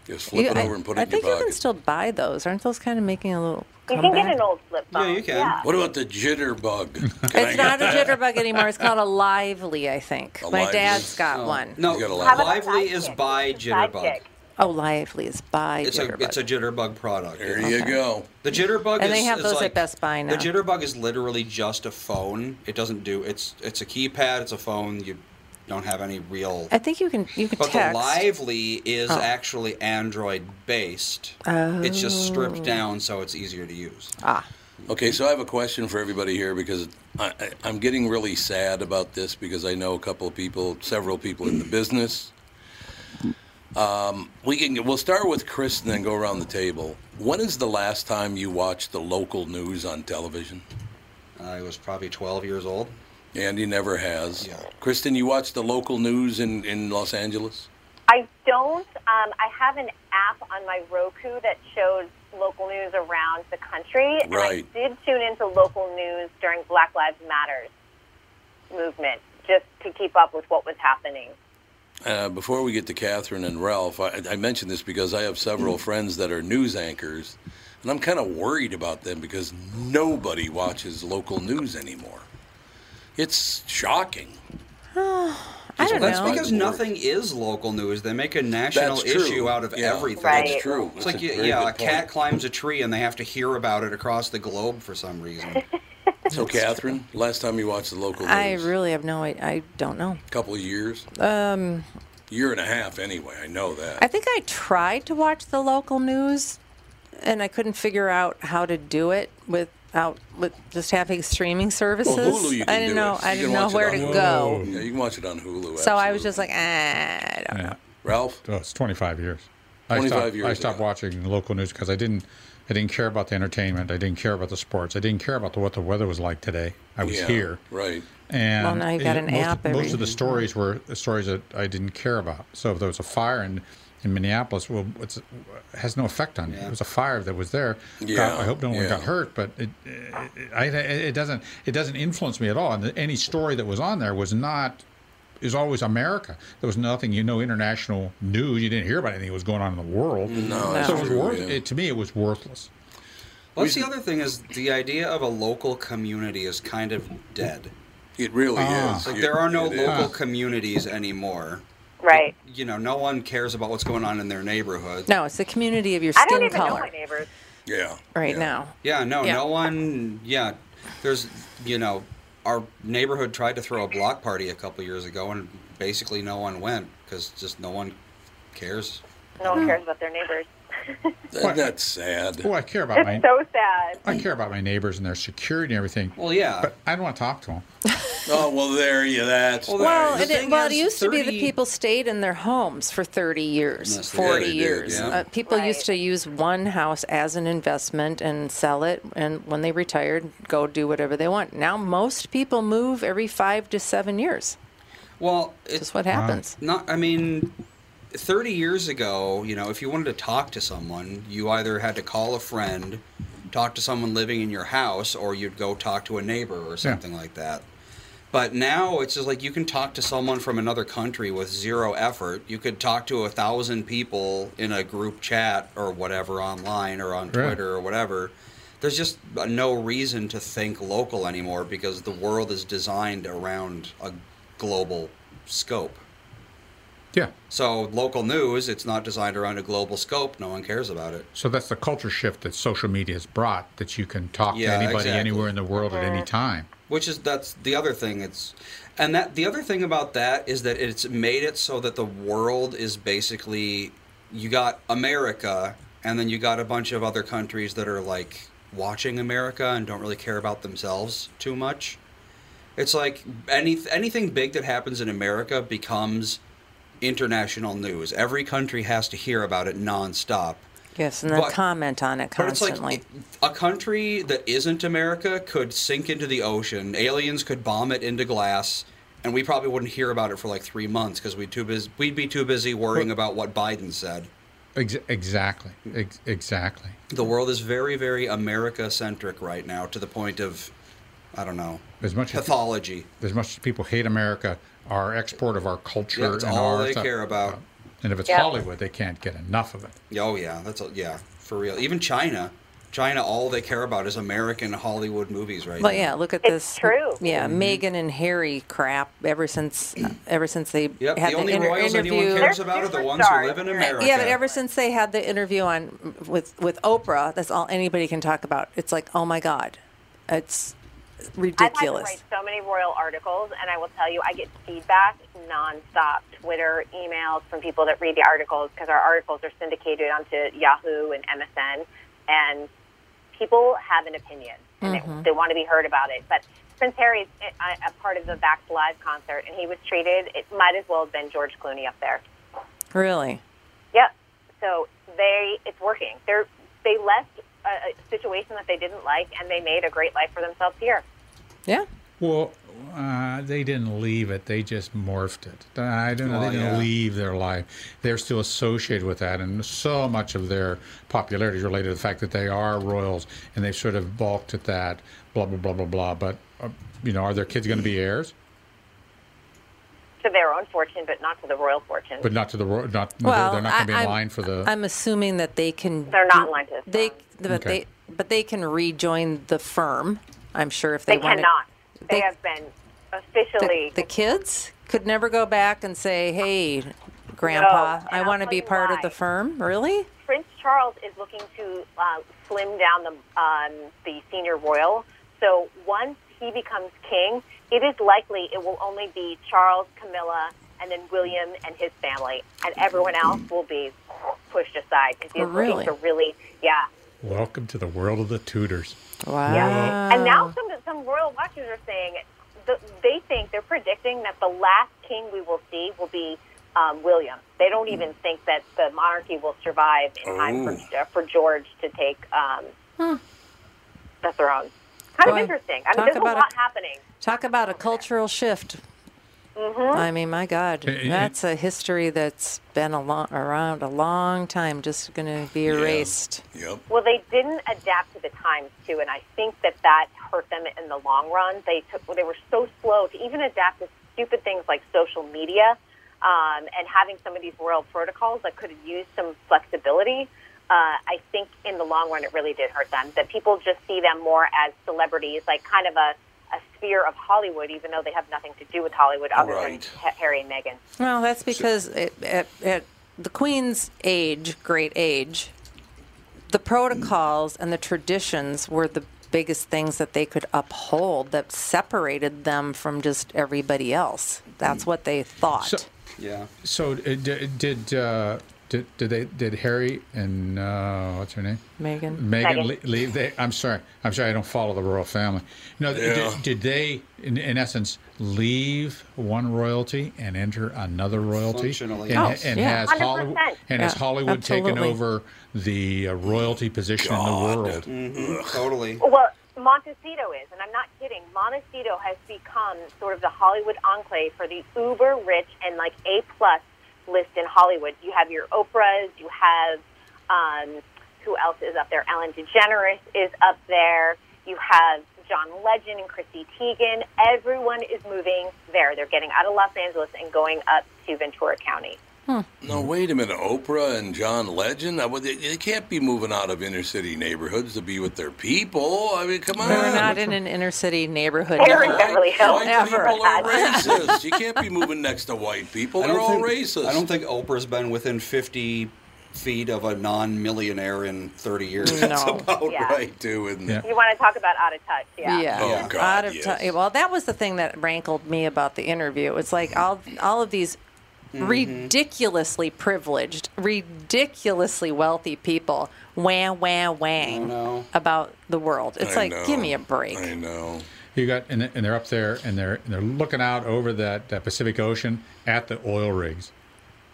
Speaker 1: Just flip
Speaker 4: You-
Speaker 1: it
Speaker 4: I-
Speaker 1: over and put
Speaker 4: I
Speaker 1: it in your
Speaker 4: think you can
Speaker 1: pocket.
Speaker 4: still buy those. Aren't those kind of making a little?
Speaker 5: You can
Speaker 4: comeback?
Speaker 5: get an old flip phone. Yeah.
Speaker 1: What about the jitterbug? Can I
Speaker 4: It's not a
Speaker 1: get that?
Speaker 4: jitterbug anymore. It's called a lively, I think.
Speaker 1: A
Speaker 4: My
Speaker 1: Lively?
Speaker 4: dad's got
Speaker 11: Oh,
Speaker 4: one.
Speaker 11: No,
Speaker 1: He's got a lot.
Speaker 11: Lively is by Jitterbug.
Speaker 4: Oh, lively is by
Speaker 11: It's a
Speaker 4: jitterbug.
Speaker 11: it's a Jitterbug product. There
Speaker 4: you Okay.
Speaker 1: go.
Speaker 11: The Jitterbug
Speaker 4: and
Speaker 11: is,
Speaker 4: they have
Speaker 11: is
Speaker 4: those
Speaker 11: like
Speaker 4: at Best Buy now.
Speaker 11: The jitterbug is literally just a phone. It doesn't do. It's it's a keypad. It's a phone. You don't have any real.
Speaker 4: I think you can you can
Speaker 11: But
Speaker 4: text.
Speaker 11: the lively is
Speaker 4: Oh.
Speaker 11: actually Android based. It's just
Speaker 4: Oh.
Speaker 11: stripped down, so it's easier to use.
Speaker 4: Ah.
Speaker 1: Okay, so I have a question for everybody here because I, I, I'm getting really sad about this because I know a couple of people, several people in the business. Um, we can we'll start with Chris and then go around the table. When is the last time you watched the local news on television?
Speaker 11: I was probably 12 years old.
Speaker 1: Andy never has. Kristen, you watch the local news in, in Los Angeles?
Speaker 5: I don't. Um, I have an app on my Roku that shows local news around the country.
Speaker 1: Right.
Speaker 5: And I did tune into local news during Black Lives Matters movement just to keep up with what was happening.
Speaker 1: Uh, before we get to Catherine and Ralph, I, I mention this because I have several
Speaker 10: Mm-hmm.
Speaker 1: friends that are news anchors, and I'm kind of worried about them because nobody watches local news anymore. It's shocking.
Speaker 4: I don't
Speaker 11: That's
Speaker 4: know.
Speaker 11: because nothing is local news. They make a national
Speaker 1: That's true.
Speaker 11: issue out of
Speaker 1: Yeah,
Speaker 11: everything.
Speaker 1: Right. that's true. That's
Speaker 11: It's like
Speaker 1: a
Speaker 11: yeah,
Speaker 1: very
Speaker 11: yeah,
Speaker 1: good
Speaker 11: a cat climbs a tree and they have to hear about it across the globe for some reason.
Speaker 1: So, Catherine, last time you watched the local news?
Speaker 4: I really have no. I, I don't know.
Speaker 1: couple of years,
Speaker 4: Um,
Speaker 1: year and a half anyway. I know that.
Speaker 4: I think I tried to watch the local news, and I couldn't figure out how to do it without with just having streaming services.
Speaker 1: Well, Oh, Hulu, you can
Speaker 4: I didn't
Speaker 1: do
Speaker 4: know.
Speaker 1: It.
Speaker 4: I
Speaker 1: You
Speaker 4: didn't
Speaker 1: can
Speaker 4: know
Speaker 1: watch it
Speaker 4: where
Speaker 1: on
Speaker 4: to
Speaker 1: Hulu.
Speaker 4: go.
Speaker 1: Yeah, you can watch it on Hulu.
Speaker 4: So I was just like, ah, I don't know.
Speaker 10: Yeah.
Speaker 1: Ralph?
Speaker 10: Oh, it's 25 years.
Speaker 1: 25
Speaker 10: I stopped,
Speaker 1: years
Speaker 10: I stopped watching local news because I didn't, I didn't care about the entertainment. I didn't care about the sports. I didn't care about the, what the weather was like today. I was
Speaker 1: Yeah,
Speaker 10: here.
Speaker 1: Right.
Speaker 10: And
Speaker 4: Well, now you've got
Speaker 10: it-
Speaker 4: an
Speaker 10: most,
Speaker 4: app
Speaker 10: Most
Speaker 4: every-
Speaker 10: of the stories were stories that I didn't care about. So if there was a fire in in Minneapolis will it's, has no effect on you. It was a fire that was there. God,
Speaker 12: Yeah,
Speaker 10: I hope no one
Speaker 12: yeah.
Speaker 10: got hurt, but it, it, I, it doesn't it doesn't influence me at all. And any story that was on there was not is always America. There was nothing, you know, international news. You didn't hear about anything that was going on in the world.
Speaker 11: No, that's
Speaker 10: so it was
Speaker 11: true,
Speaker 10: worth,
Speaker 11: yeah.
Speaker 10: it, to me, it was worthless.
Speaker 11: Well, that's the other thing is the idea of a local community is kind of dead.
Speaker 1: It really
Speaker 10: Ah. is.
Speaker 11: Like
Speaker 10: It-
Speaker 11: there are no
Speaker 10: it is.
Speaker 11: local communities anymore.
Speaker 5: Right.
Speaker 11: You know, no one cares about what's going on in their neighborhood.
Speaker 4: No, it's the community of your
Speaker 5: I
Speaker 4: skin
Speaker 5: don't even
Speaker 4: color
Speaker 5: know my neighbors.
Speaker 1: Yeah.
Speaker 4: right now.
Speaker 11: Yeah, no,
Speaker 4: Yeah.
Speaker 11: no one. Yeah, there's, you know, our neighborhood tried to throw a block party a couple years ago, and basically no one went because just no one cares.
Speaker 5: No one cares about their neighbors.
Speaker 1: That's sad.
Speaker 10: Oh, I care about my
Speaker 5: It's so sad.
Speaker 10: I care about my neighbors and their security and everything.
Speaker 11: Well, yeah.
Speaker 10: But I don't want to talk to them.
Speaker 1: Oh well, there you. That's
Speaker 4: Well,
Speaker 1: nice.
Speaker 4: it, it, well, it used to be that people stayed in their homes for 30 years,
Speaker 1: Yes, they did.
Speaker 4: 40
Speaker 1: Yeah, they did,
Speaker 4: years.
Speaker 1: yeah.
Speaker 4: Uh, people used to use one house as an investment and sell it, and when they retired, go do whatever they want. Now, most people move every five to seven years.
Speaker 11: Well, it's
Speaker 4: just what happens.
Speaker 11: Not, I mean, 30 years ago, you know, if you wanted to talk to someone, you either had to call a friend, talk to someone living in your house, or you'd go talk to a neighbor or something like that. But now it's just like you can talk to someone from another country with zero effort. You could talk to a thousand people in a group chat or whatever online or on
Speaker 10: Right.
Speaker 11: Twitter or whatever. There's just no reason to think local anymore because the world is designed around a global scope.
Speaker 10: Yeah.
Speaker 11: So local news, it's not designed around a global scope. No one cares about it.
Speaker 10: So that's the culture shift that social media has brought that you can talk
Speaker 11: Yeah,
Speaker 10: to anybody
Speaker 11: exactly.
Speaker 10: anywhere in the world at any time.
Speaker 11: Which is that's the other thing. It's and that the other thing about that is that it's made it so that the world is basically you got America and then you got a bunch of other countries that are like watching America and don't really care about themselves too much. It's like any anything big that happens in America becomes international news. Every country has to hear about it nonstop.
Speaker 4: Yes, and then
Speaker 11: But-
Speaker 4: comment on it
Speaker 11: but it's like-
Speaker 4: constantly.
Speaker 11: A country that isn't America could sink into the ocean. Aliens could bomb it into glass, and we probably wouldn't hear about it for like three months because we'd too busy. We'd be too busy worrying about what Biden said.
Speaker 10: Ex- exactly. Ex- exactly.
Speaker 11: The world is very, very America-centric right now, to the point of, I don't know,
Speaker 10: As much as,
Speaker 11: pathology.
Speaker 10: as much as people hate America, our export of our culture
Speaker 11: Yeah, it's
Speaker 10: and
Speaker 11: all
Speaker 10: our
Speaker 11: they
Speaker 10: stuff-
Speaker 11: care about.
Speaker 10: And if it's
Speaker 11: Yeah.
Speaker 10: Hollywood, they can't get enough of it.
Speaker 11: Oh yeah, that's a, yeah for real. Even China, China, all they care about is American Hollywood movies right
Speaker 4: Well,
Speaker 11: now.
Speaker 4: yeah, look at this.
Speaker 5: true.
Speaker 4: Yeah,
Speaker 11: Mhm.
Speaker 4: Megan and Harry crap. Ever since, ever since they
Speaker 11: Yep,
Speaker 4: had
Speaker 11: the only
Speaker 4: inter-
Speaker 11: royals
Speaker 4: interview.
Speaker 11: anyone cares about are the ones who live in America.
Speaker 4: Yeah, but ever since they had the interview on with with Oprah, that's all anybody can talk about. It's like, oh my god, it's
Speaker 5: I've had
Speaker 4: ridiculous.
Speaker 5: to write so many royal articles, and I will tell you, I get feedback nonstop, Twitter, emails from people that read the articles because our articles are syndicated onto Yahoo and MSN, and people have an opinion. And
Speaker 13: Mhm.
Speaker 5: Mm-hmm.
Speaker 8: Hmm.
Speaker 5: they, they want to be heard about it. But since Harry's eh, a, a part of the Back Live concert, and he was treated, it might as well have been George Clooney up there.
Speaker 4: Really?
Speaker 5: Yep. So they, it's working. They're they left a, a situation that they didn't like, and they made a great life for themselves here.
Speaker 4: Yeah.
Speaker 10: Well, uh, they didn't leave it. They just morphed it. Uh, I don't know.
Speaker 11: Oh,
Speaker 10: they didn't
Speaker 11: yeah.
Speaker 10: leave their life. They're still associated with that, and so much of their popularity is related to the fact that they are royals, and they've sort of balked at that. Blah blah blah blah blah. But uh, you know, are their kids going to be heirs?
Speaker 5: to their own fortune, but not to the royal fortune.
Speaker 10: But not to the royal. Not they're-
Speaker 4: well,
Speaker 10: they're not going to be in
Speaker 4: I, am
Speaker 10: line for the.
Speaker 4: I'm assuming that they can.
Speaker 5: They're not in line to this
Speaker 4: They, but
Speaker 10: Okay.
Speaker 4: they, but they can rejoin the firm. I'm sure if
Speaker 5: they,
Speaker 4: they, want
Speaker 5: cannot.
Speaker 4: It.
Speaker 5: They, have been officially.
Speaker 4: the kids could never go back and say, "Hey, Grandpa,
Speaker 5: No,
Speaker 4: I want to be part of the firm." Really?
Speaker 5: Prince Charles is looking to uh, slim down the um, the senior royal. So once he becomes king, it is likely it will only be Charles, Camilla, and then William and his family, and everyone else will be pushed aside because
Speaker 4: Oh,
Speaker 5: he's
Speaker 10: Really?
Speaker 5: looking to really, yeah.
Speaker 10: Welcome to the world of the Tudors.
Speaker 4: Wow.
Speaker 5: Yeah. And now some some royal watchers are saying the, they think they're predicting that the last king we will see will be um, William. They don't even think that the monarchy will survive in time for, uh, for George to take um, the throne. Kind
Speaker 4: Boy,
Speaker 5: of interesting. I mean,
Speaker 4: talk
Speaker 5: there's a
Speaker 4: about
Speaker 5: lot
Speaker 4: a-
Speaker 5: happening.
Speaker 4: Talk about a cultural shift. I mean, my God,
Speaker 10: Eh, eh,
Speaker 4: that's a history that's been a long, around a long time, just going to be erased.
Speaker 1: Yep.
Speaker 5: Well, they didn't adapt to the times too, and I think that that hurt them in the long run. They took they were so slow to even adapt to stupid things like social media um, and having some of these royal protocols that could have used some flexibility. Uh, I think in the long run, it really did hurt them. That people just see them more as celebrities, like kind of a, a sphere of Hollywood, even though they have nothing to do with Hollywood other
Speaker 4: Right.
Speaker 5: than Ha- Harry and Meghan.
Speaker 4: Well, that's because it, at, at the Queen's age, great age, the protocols and the traditions were the biggest things that they could uphold that separated them from just everybody else. That's what they thought.
Speaker 11: Yeah.
Speaker 10: So uh, d- did uh, did did they did Harry and uh, what's her name?
Speaker 4: Megan.
Speaker 10: Megan le- leave. They, I'm sorry. I'm sorry. I don't follow the royal family. No, th-
Speaker 9: Yeah.
Speaker 10: did, did they, in, in essence, leave one royalty and enter another royalty?
Speaker 11: Functionally.
Speaker 10: and,
Speaker 11: Oh,
Speaker 10: and
Speaker 11: yeah.
Speaker 10: has Hollywood
Speaker 11: 100%.
Speaker 10: and has
Speaker 11: Yeah,
Speaker 10: Hollywood taken
Speaker 11: absolutely.
Speaker 10: over the uh, royalty position in the world?
Speaker 11: Mhm, Totally.
Speaker 5: Well, Montecito is, and I'm not kidding. Montecito has become sort of the Hollywood enclave for the uber rich and like A plus list in Hollywood. You have your Oprahs, you have um, who else is up there? Ellen DeGeneres is up there. You have John Legend and Chrissy Teigen. Everyone is moving there. They're getting out of Los Angeles and going up to Ventura County.
Speaker 1: No, wait a minute. Oprah and John Legend? I would- They they can't be moving out of inner city neighborhoods to be with their people. Oh, I mean, come on.
Speaker 4: They were not in an inner city neighborhood.
Speaker 1: They're in
Speaker 4: ever.
Speaker 1: Beverly Hills.
Speaker 4: Ever.
Speaker 1: People are racist. You can't be moving next to white people.
Speaker 11: I
Speaker 1: They're
Speaker 11: don't
Speaker 1: all
Speaker 11: think-
Speaker 1: racist.
Speaker 11: I don't think Oprah's been within 50 feet of a non-millionaire in 30 years.
Speaker 1: That's No. about
Speaker 5: Yeah.
Speaker 1: right, too, isn't it?
Speaker 5: You want to talk about out of touch? Yeah.
Speaker 4: Oh, Yeah. Out of ti- Well, that was the thing that rankled me about the interview. It's like all all of these ridiculously privileged, ridiculously wealthy people wham wham wang about the world. It's
Speaker 10: I
Speaker 4: like, give
Speaker 10: know.
Speaker 4: me a break.
Speaker 1: I know.
Speaker 10: You got and, and they're up there and they're and they're looking out over that, that Pacific Ocean at the oil rigs.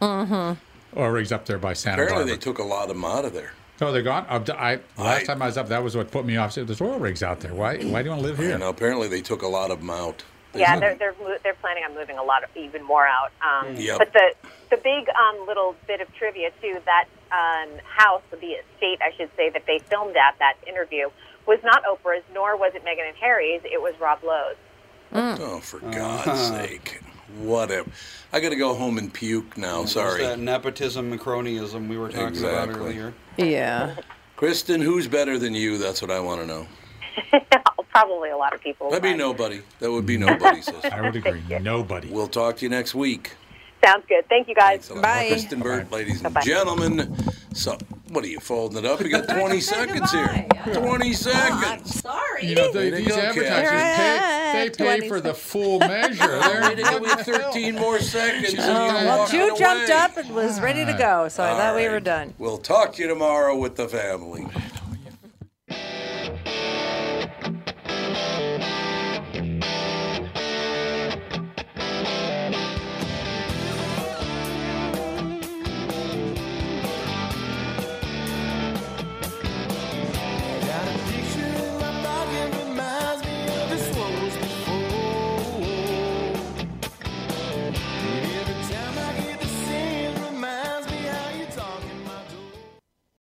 Speaker 4: Mm-hmm.
Speaker 10: Oil rigs up there by Santa
Speaker 1: Apparently,
Speaker 10: Barbara.
Speaker 1: they took a lot of them out of there.
Speaker 10: Oh, they're gone. Up to- I, last time I was up, that was what put me off. I said, There's oil rigs out there. Why? Why do you want to live here?
Speaker 1: No, apparently, they took a lot of them out.
Speaker 5: Yeah, they're they're mo- they're planning on moving a lot of, even more out. Um,
Speaker 1: Yep.
Speaker 5: But the the big um, little bit of trivia too that um, house, the estate, I should say, that they filmed at that interview was not Oprah's, nor was it Meghan and Harry's. It was Rob Lowe's.
Speaker 1: Oh, for
Speaker 11: Uh-huh.
Speaker 1: God's sake. Whatever. I got to go home and puke now.
Speaker 11: There's
Speaker 1: Sorry.
Speaker 11: that nepotism and cronyism we were talking about
Speaker 1: Exactly.
Speaker 11: earlier.
Speaker 4: Yeah.
Speaker 1: Kristen, who's better than you? That's what I want to know.
Speaker 5: Probably a lot of people.
Speaker 1: That'd be nobody. That would be nobody, sister. I
Speaker 10: would agree. Nobody.
Speaker 1: We'll talk to you next week.
Speaker 5: Sounds good. Thank you guys.
Speaker 1: Kristen Bird, ladies and gentlemen. So, what are you folding it up? You got 20 seconds here. 20 seconds.
Speaker 10: You know, they,
Speaker 1: Way to
Speaker 10: these
Speaker 1: go, Kathy.
Speaker 10: advertisers pay, they pay for the full measure. They're
Speaker 1: Way to go. We have 13 more seconds. and
Speaker 4: Oh,
Speaker 1: you're gonna
Speaker 4: well,
Speaker 1: walk
Speaker 4: Jude
Speaker 1: away.
Speaker 4: jumped up and was ready to go, so I
Speaker 1: All
Speaker 4: thought we
Speaker 1: right.
Speaker 4: were done.
Speaker 1: We'll talk to you tomorrow with the family.